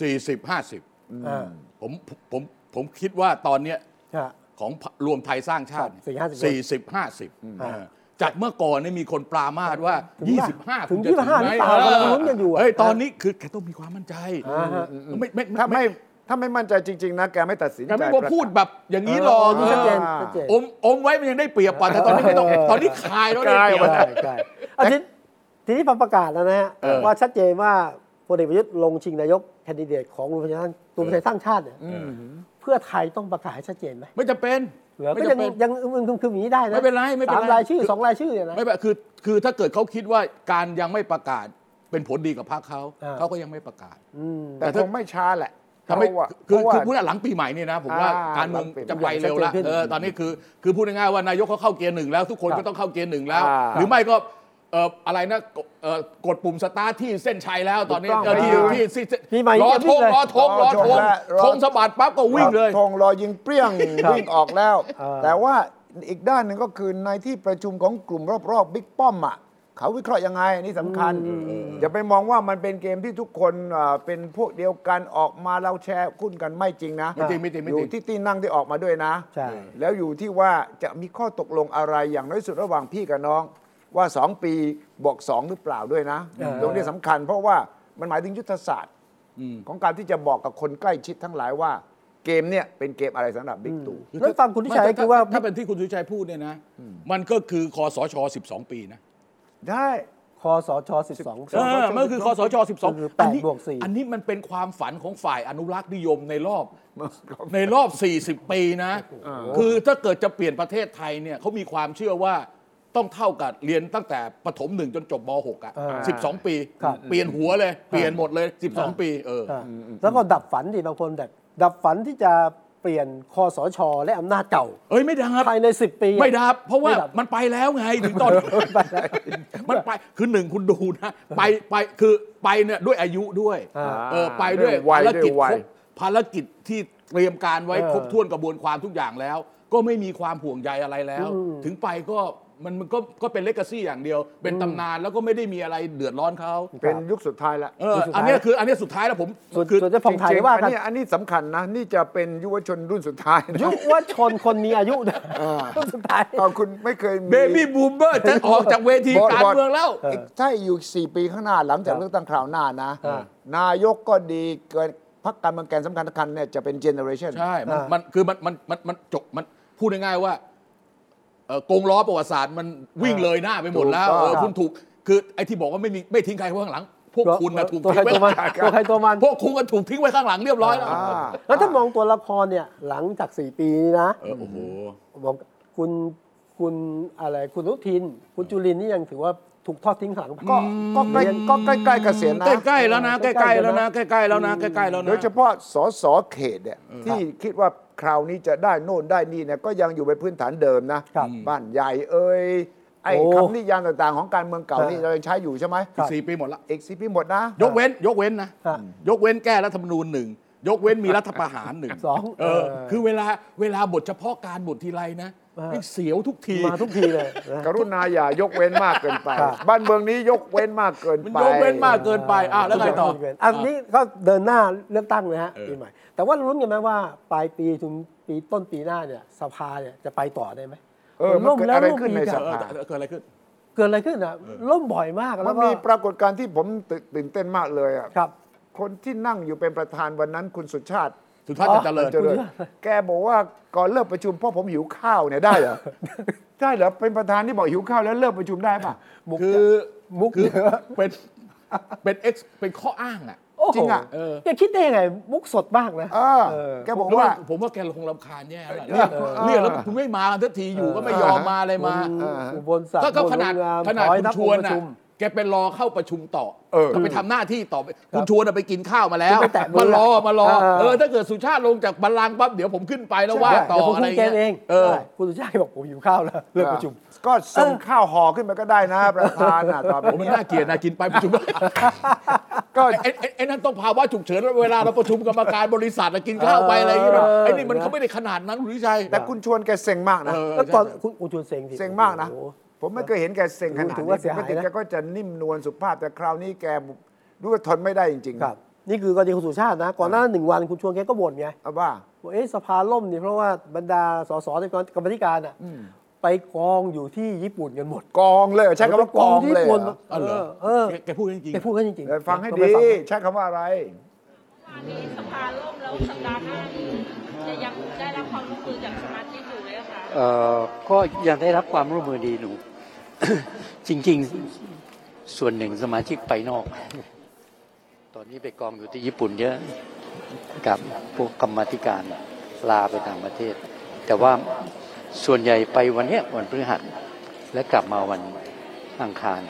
B: สี่สิบห้าสิบ
A: อ่า
B: ผมผมผมคิดว่าตอนเนี้ย
A: ฮะ
B: ของรวมไทยสร้างชาติเนี่ย
A: ครับ40-50
B: สี่สิบห้าสิบเออจากเมื่อก่อนเนี่ยมีคนปรามาสว่า
A: ถึงว่า
B: 25
A: ถึง
B: คุณจะ
A: 25ห
B: ไม
A: รือเปล่า
B: เ
A: กำลังลุ้นกันอยู่อะ
B: เฮ้ยตอนนี้คือแกต้องมีความมั่นใจ
A: อ่าฮะ
B: ไม่ไม่
C: ถ้า
B: ไม่
C: ไม่ถ้าไม่มั่นใจจริง ๆ นะ แกไม่ตัดสิน
B: แก
C: ใจ
B: ไม่บอกพูด
C: ประ
B: แบ
C: กาศ
B: บอย่างนี้หรอก
A: เออชัดเจน
B: เออ
A: ชัดเจน
B: อมอมไว้มันยังได้เปรียบกว่าแต่ตอนนี้ไม่ต้อง
A: เออ
B: ตอนนี้คายแล้วได้เปรียบ
C: คาย
A: ใช่ใช่อาทิตย์ทีนี้พอประกาศแล้วนะฮะ
B: เออ
A: ว่าชัดเจนว่าพลเอกประยุทธ์ลงชิงนายกแคนดิเดตของรวมไทยสร้างรวมไทยสร้างชาติเนี่ย เพื่อไทยต้องประกาศให้ชัดเจนไหม
B: ไม่จะเป็น
A: เหรอ
B: ไม่
A: ก็
B: จำ
A: ยัง
B: เป็น
A: ยังมึงคือหนีได้นะ
B: ไม่เป็นไรไม่เป็น
A: สา
B: ไร
A: มรายชื่อ
B: คือ
A: สองรายชื่อเนี่ยนะ
B: ไม่แบบคือคือถ้าเกิดเขาคิดว่าการยังไม่ประกาศเป็นผลดีกับพรรคเขา
A: อ่า
B: เขาก็ยังไม่ประกาศ
A: อืม
C: แต่คงไม่ช้าแหละ
B: ทำให้
C: เพราะว่า
B: คือ
C: เพราะว่า
B: คือพูดง่ายๆหลังปีใหม่เนี่ยนะ ผมว่า
C: อ่า
B: การเมือง
C: หลังปีใหม่
B: จะไวเร็ว
A: ชัด
B: ละ
A: เจนขึ้น
B: เออตอนนี้คือคือพูดง่ายๆว่านายกเขาเข้าเกียร์หนึ่งแล้วทุกคน
A: ครับ
B: ก็ต้องเข้าเกียร์หนึ่งแล้ว
C: อ่า
B: หรือไม่ก็เอ่ออะไรนะกดเอ่อกดปุ่มสตาร์ทที่เส้นชัยแล้วตอนนี้
C: ถูกต้อง
B: เออที่
C: ครับ
B: ที่
A: ปี
B: ที่
A: ใหม่
B: ล้อ
A: จะวิ่ง
B: ทง
A: เลย
B: ล้อทงล้อทง
C: รอทงละ
B: ทงสะบัดปั๊บก็วิ่งเลย
C: ธงรอยิงเปรี้ยง
A: ครับ
C: วิ่งออกแล้ว
A: เออ
C: แต่ว่าอีกด้านหนึ่งก็คือในที่ประชุมของกลุ่มรอบๆบิ๊กป้อมอ่ะเขาวิเคราะห์ยังไงอันนี่สำคัญอย่าไปมองว่ามันเป็นเกมที่ทุกคนอ่าเป็นพวกเดียวกันออกมาเราแชร์คุ้นกันไม่จริงนะ
B: ไม่จริงไม่จริงไม่จริง
C: อยู่ที่ที่นั่งที่ออกมาด้วยนะ
A: ใช่
C: แล้วอยู่ที่ว่าจะมีข้อตกลงอะไรอย่างน้อยสุดระหว่างพี่กับน้อง ว่า 2 ปีบวก2 หรือเปล่าด้วยนะ
A: เออ
C: ตรงนี้สำคัญเพราะว่ามันหมายถึงยุทธศาสตร์ ของการที่จะบอกกับคนใกล้ชิดทั้งหลายว่า เกมเนี่ยเป็นเกมอะไรสำหรับบิ๊กตู่
A: นั่นฟังคุณทิชัย
B: ไม่ถ้
A: คือว่า
B: ถ้าเป็นที่คุณทิชัยพูดเนี่ยนะ มันก็คือคอสช 12 ปีนะ
C: ได้
A: คสชสิบสอง
B: เออมันก็คือคอสช
A: คือ
B: 12
A: แปด
B: อันนี้
A: บวกสี่
B: อันนี้มันเป็นความฝันของฝ่ายอนุรักษ์นิยมในรอบ ในรอบ 40 ปีนะ คือถ้าเกิดจะเปลี่ยนประเทศไทยเนี่ยเขามีความเชื่อว่าต้องเท่ากับเรียนตั้งแต่ประถมหนึ่งจนจบม .6 อ่ะ
A: อ่า
B: 12 ปี
A: ครับ
B: เปลี่ยนหัวเลย เปลี่ยนหมดเลย
A: ครับ
B: 12 ปีเอออ
A: อ่ะแล้วก็ดับฝันดิบางคนแบบดับฝันที่จะเปลี่ยนคอสช และอำนาจเก่า
B: เอ้ยไม่ดับ
A: ภายในสิบปี
B: ไม่ดับ เพราะว่า
A: ไม่ดับ
B: มันไปแล้วไงถึงตอน มันไปคือหนึ่งคุณดูนะ ไปไปคือไปเนี่ยด้วยอายุด้วย
A: อ่า
B: เออไปด้วย
C: ด้วยวั
B: ภาย รกิจ
C: ด้วยวั
B: คร
C: ย
B: บภารกิจที่เตรียมการไว้
A: เออ
B: ครบถ้วนกระบวนความทุกอย่างแล้ว ก็ไม่มีความห่วงใยอะไรแล้ว
A: อืม
B: ถึงไปก็มันมันก็ก็เป็นเลก a ซี่อย่างเดียว เป็นตำนานแล้วก็ไม่ได้มีอะไรเดือดร้อนเขา
C: เป็นยุคสุดท้ายละ
B: เออ
A: สุดท้าย
B: อันเนี้ยคืออันเนี้ยสุดท้ายแล้วผม
A: ส่วน
B: คือ
A: ส่วนจะผ่องถ่าย
C: จริงๆ
A: ว่า
C: อั
A: กัน
C: นี้อันนี้สำคัญนะ นี่จะเป็นยุวชนรุ่นสุดท้ายนะ
A: ยุวชนคนมีอายุนะสุดท้าย
C: เอาคุณไม่เคยมี
B: เบบี้บูมเบอร์จะออกจากเวที
C: บอด
B: การ
C: บอด
B: เมืองแล้ว
A: เออ
C: ถ้าอยู่ 4 ปีข้างหน้าหลังจา
A: ค
C: ก
A: รับ
C: เลือกตั้งคราวหน้านะ
A: อ่าน
C: ายกก็ดีเกิดพรรคการเมืองแกนสำคัญสำคัญเนี่ยจะเป็นเจเนอเรชัน
B: ใช่ มัน
A: อ่ามั
B: มันคือมันมันมันมันจบมันพูดง่ายๆว่าเอ่อกงล้อประวัติศาสตร์มันวิ่งเลยหน้าไปหมดแล้ว
C: ถูกต้อง
B: เออคุณถูก คือไอ้ที่บอกว่าไม่มีไม่ทิ้งใครไว้ข้างหลัง พวกคุณนะถูก
A: ตัว
B: ทิ้งไว้
A: ใครตัวมันตัวใครตัวมัน
B: พวกคุณก็ถูกทิ้งไว้ข้างหลังเรียบร้อยแล้ว
C: อ่า
A: แล้วถ้ามองตัวละครเนี่ยหลังจากสี่ปีนี้นะ
B: เออโอ้โห
A: บอกคุณคุณอะไรคุณอนุทิน คุณจุลินนี่ยังถือว่าถูกทอดทิ้งหลัง
C: ก็ก็ใกล้ก็ใกล้ๆเกษียณนะ
B: ใกล้ๆแล้วนะใกล้ๆแล้วนะใกล้ๆแล้วนะใกล้ๆแล้วนะ
C: โดยเฉพาะสสเขตเนี่ยที่คิดว่าคราวนี้จะได้โน่นได้นี่เนี่ยก็ยังอยู่เป็นพื้นฐานเดิมนะครับบ้านใหญ่เอ้ยไอ้
A: โอ้
C: คำนิยามต่างๆ ของการเมืองเก่า
A: ครับ
C: นี่เรายังใช้อยู่ใช่ไหม
B: อีกสี่ปีหมดละ
C: เอกซีพีหมดนะ
B: ยกเว้น ยกเว้นนะ
A: ฮะ
B: ยกเว้นแก้รัฐธรรมนูญหนึ่งยกเว้นมีรัฐประหารหนึ่ง
A: สอง
B: เออ
A: เออ
B: คือเวลาเวลาบทเฉพาะการบททีไรนะ
A: อ่า
B: นี่เสียวทุกที
A: มาทุกทีเลยนะ
C: กรุณาอย่ายกเว้นมากเกินไป
A: ครับ
C: บ้านเมืองนี้ยกเว้นมากเกิน
B: มัน
C: ไป
B: ยกเว้นมากเกินไปอ่ะแล้วไงต่อ
A: อันนี้ก็เดินหน้าเลือกตั้งนะฮะ
B: เออ
A: ปีใหม่ แต่ว่าลุ้นกันไหมว่าปลายปีถึงปีต้นปีหน้าเนี่ยสภาเนี่ยจะไปต่อได้ไหม
C: เออมันเกิดอะไรขึ้นใน
A: อีก
C: ส
A: อะ
C: ภา
B: เออแต่แต่เกิดอะไรขึ้น
A: เกิดอะไรขึ้นอ่ะล่มบ่อยมาก
C: มั
A: แล้ว
C: น
A: ก็
C: มีปรากฏการณ์ที่ผมตื่นเต้นมากเลยอ่ะ
A: ครับ
C: คนที่นั่งอยู่เป็นประธานวันนั้นคุณสุชาติ
B: สุดท้ายจะเจริญ
C: เจริญแกบอกว่าก่อนเลิกประชุมพ่อผมหิวข้าวเนี่ยได้เหรอ ได้เหรอเป็นประธานที่บอกหิวข้าวแล้วเลิกประชุมได้ป่ะ
B: คือ
A: มุก
B: คือ
A: เยอะ
B: เป็นเป็น ex เป็นข้ออ้างอ่ะ
A: โอ้โห
C: จริงอะ
B: เออ
A: แกคิดได้ยังไง มุกสดมากนะ
C: เออ
A: เออ
C: แกบอกว่า
B: ผมว่าแกคงรำคาญแย่แล้วล่ะเรียกเรียกแล้วคุณไม่มากันสักทีอยู่ก็ไม่ยอมมาอะไรมา
A: คุณ
C: เออ
A: อุบลศักดิ์
B: ก็ก็
A: บุญ
B: ขนาด
A: งม
B: ขนาด
A: ถอย
B: คุณ
A: ทัพ
B: ชว
A: อ
B: น
A: งค์ป
B: อ่ะ
A: ระชุม
B: แกไปรอเข้าประชุมต่อ
C: เออ
B: ก็ไปทำหน้าที่ต่อไปคุณชวนอะไปกินข้าวมาแล้ว
A: จะไปแตะมือ
B: มารอมารอ
A: เออ
B: เออถ้าเกิดสุชาติลงจากบัลลังก์ปั๊บเดี๋ยวผมขึ้นไปแล้วว่า
A: ใช่
B: ต่อ
A: เดี๋ยวผม
B: อะไร
A: คุยเกม
B: เงี้
A: เอง
B: ยเออ
A: ใช่คุณสุชาติบอกผมอยู่ข้าวแล้วเลิกประชุม
C: ก็ส่งข้าวห่อขึ้นไปก็ได้นะ ประธานน่ะต่อไป
B: ผมมัน
C: เย
B: น่าเกลียดนะกินไปประชุม
C: ก็
B: ไอ้ไอ้ไอ้นั่นต้องภาวะฉุกเฉินเวลาเราประชุมกรรมการบริษัทนะกินข้าวไปอะไรอย่างเงี้ย
A: เออ
B: ไอ้นี่มันเขาไม่ได้ขนาดนั้นคุณวิชัย
C: แต่คุณชวนแกเซ็งมากนะ
B: เออ
A: แล้วตอนคุณอุชวนเซ็งสิ
C: เซ็งมากนะ
A: โอ้โห
C: ผมไม่เคยเห็นแกเซ็งขนาด
A: ถือ
C: นี้
A: ว่าเสียหาย
C: ไม่ถึง
A: นะ
C: แกก็จะนิ่มนวลสุภาพแต่คราวนี้แกดูว่าทนไม่ได้จริงๆ
A: ครับนี่คือกรณีคุณสุชาตินะ ก่อนหน้าหนึ่งวันคุณชวนแกก็บ่นไง
C: เอาว่า
A: ว่าเอ๊ะสภาล่มนี่เพราะว่าบรรดาสสในกรรมธิการอ่ะไปกองอยู่ที่ญี่ปุ่นกันหมด
C: กองเลยเหรอใช้คำว่ากอง
A: ที่
C: เลย
A: ญี่
C: เหร
A: ปุ่น
C: อ
B: อ๋อเหรอ
A: เออ
B: แกแกพูดจริงๆ
A: แกพูดกันจริง
C: เออฟังให้
A: ก็
C: ดี
A: ไปฟัง
C: ใช้คำว่าอะไร
E: ตอนนี้สภาล่มแล้วสัปดาห์หน้านี้จะยังได้รับความร่วมมือจากสมาชิกอยู่ไหมคะ
F: เอ่อก็ยังได้รับความร่วมมือดีหนู จริง ๆ ส่วนหนึ่งสมาชิกไปนอก ตอนนี้ไปกองอยู่ที่ญี่ปุ่นเยอะ กับพวกกรรมาธิการ ลาไปต่างประเทศ แต่ว่าส่วนใหญ่ไปวันเนี้ยวันพฤหัสและกลับมาวันอังคาร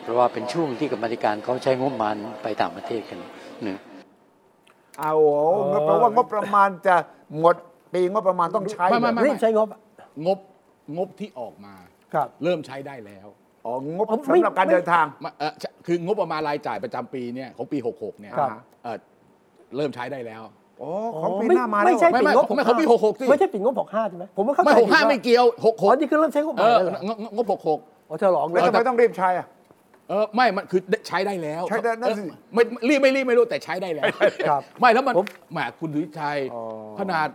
F: เพราะว่าเป็นช่วงที่กรรมาธิการเขาใช้งบประมาณไปต่างประเทศกันหนึ่ง
C: เอาโอ้โหแปลว่างบประมาณจะหมดปีงบประมาณต้องใช้
B: ไม่ไม่ไม่
A: รีบใช้งบ
B: งบงบที่ออกมา
A: ครับ
B: เริ่มใช้ได้แล้ว
C: อ๋องบ
A: เอาไม่
C: สำหรับการเดินทาง
B: มาเอ่อใช่คืองบประมาณรายจ่ายประจำปีเนี่ยของปี 66 เนี่ย
A: ครับ
B: เอ่อเริ่มใช้ได้แล้ว
C: โอ้ของปีหน้ามาแล้ว
A: ไม่ใช่
C: เหรอ
A: ปิดงบ
B: ไม่ไม่ของปี66สิ
A: ไม่ใช่ปิดงบหกห้าใช่ไหมผมว่าเข้าใจ
B: ไม่
A: ผิด
B: 65
A: ว่
B: ไม่เกี่ยว
A: อ๋อนี่
B: 66
A: คือเริ่มใช้งบให
B: เอ
A: ม่
B: อ
A: แล้วเหรอง
B: บงบ 66
A: อ๋อฉลองเล
C: แล้
A: ยว
C: ทำไมต้องรีบใช้อะ
B: เออไม่มันคือใช้ได้แล้ว
C: ใช้ได้นั่นสิ
B: เออไม่รีบไม่รีบไม่รู้แต่ใช้ได้แล้ว
A: ครับ
B: ไม่แล้วมัน
A: ผม
B: แหมคุณดุริชัย
C: อ๋อ
B: ขนาด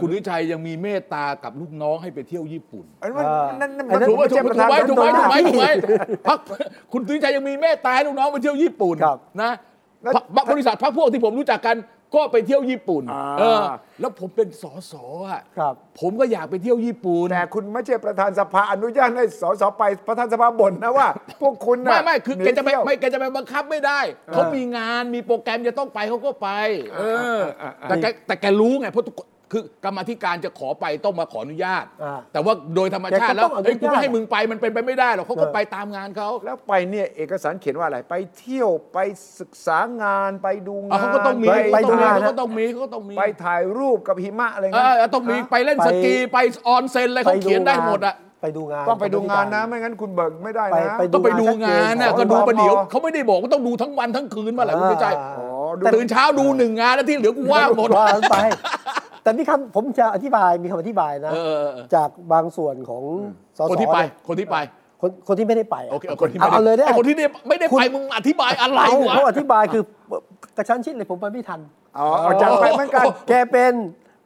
B: คุณดุริชัยยังมีเมตตากับลูกน้องให้ไปเที่ยวญี่ปุ่น
C: อันนั้น
A: เออ
C: นั่นนั่น
A: อั
C: มั
A: น
C: น
A: นั้น
B: ถูกไหม
C: ไม่
B: ถูกไหม
C: ใช่ประธาน
B: ถูกไหมถูกไหมถูก
C: จำนวนหน้าที่
B: ไหมพักคุณตุ้ยใจยังมีเมตตาให้ลูกน้องไปเที่ยวญี่ปุ่น
A: ครับ
B: นะ
C: แล้ว
B: พรรคบริษัทพักพวกที่ผมรู้จักกันก็ไปเที่ยวญี่ปุ่น
C: อ่า
B: เออ แล้วผมเป็นสสอ่ะ
A: ครับ
B: ผมก็อยากไปเที่ยวญี่ปุ่น
C: แต่คุณไม่ใช่ประธานสภาอนุญาตให้สสไปประธานสภาบ่นนะว่า พวกคุณ
B: ไม่
C: น่ะ
B: ไม่คือ
C: หนี
B: แกจะไป
C: เที่ยว
B: ไม่แกจะไปบังคับไม่ได้เขามีงานมีโปรแกรมจะต้องไปเขาก็ไป เออ แต่แกแต่แกรู้ไงเพราะทุกคนคือกรรมาธิการจะขอไปต้องมาขออนุญาต
A: อ่า
B: แต่ว่าโดยธรรมชาติ
A: แกก็
B: แล้ว
A: ต้องอนุญาต
B: เอ้ยกูไม่ให้มึงไปมันเป็นไปไม่ได้หรอกเขาก็ไปตามงานเขา
C: แล้วไปเนี่ยเอกสารเขียนว่าอะไร ไปเที่ยวไปศึกษางานไปดูงา
B: อ่ะ
C: น
B: เขาก็ต้องมี
C: ไป
B: ไป
C: ไป
B: ต้องมี
C: งาน
B: เขาก็ต้องมีเขาก็ต้องมี
C: ไปถ่ายรูปกับหิมะอะไร
B: เอ
C: เงี้
B: อย ต้องมี
C: ฮะ
B: ไปเล่นสกีไปออนเซนอะไรเขาเขียนได้หมดอ่ะ
A: ไปดูงาน
C: ต้องไปดูงานนะไม่งั้นคุณเบิกไม่ได้
A: ไป
C: นะ
A: ไป
B: ต้องไปดูงาน
A: ดูงา
B: น่ะ
A: น
B: ก็ดูประเดี๋ยว
C: อ๋อ
B: เขาไม่ได้บอกว่าต้องดูทั้งวันทั้งคืนมาแหละคุณใจ
A: อ่า
C: อ๋อดู
B: ตื่นเช้าดูหนึ่งงานแล้วที่เหลือกูว่างหมด
A: ว่าไป แต่นี่คำผมจะอธิบายมีคำอธิบายนะ
B: เออเออ
A: จากบางส่วนของสส
B: คนที่ไป
A: เย
B: คนที่ไป
A: คนคนที่ไม่ได้ไปะ
B: โอเคเอาคนที่ไม่
A: เอาเลยได้
B: อ้คนที่เนี่ยไม่ได้
A: คุณ
B: ไปมึงอธิบายอะไร
A: เอา
B: วะ
A: เขาอธิบายคือกระชั้นชิดเลยผมไปไม่ทัน
C: อ๋อเอาจากไปเหมือนกัน
A: แกเป็น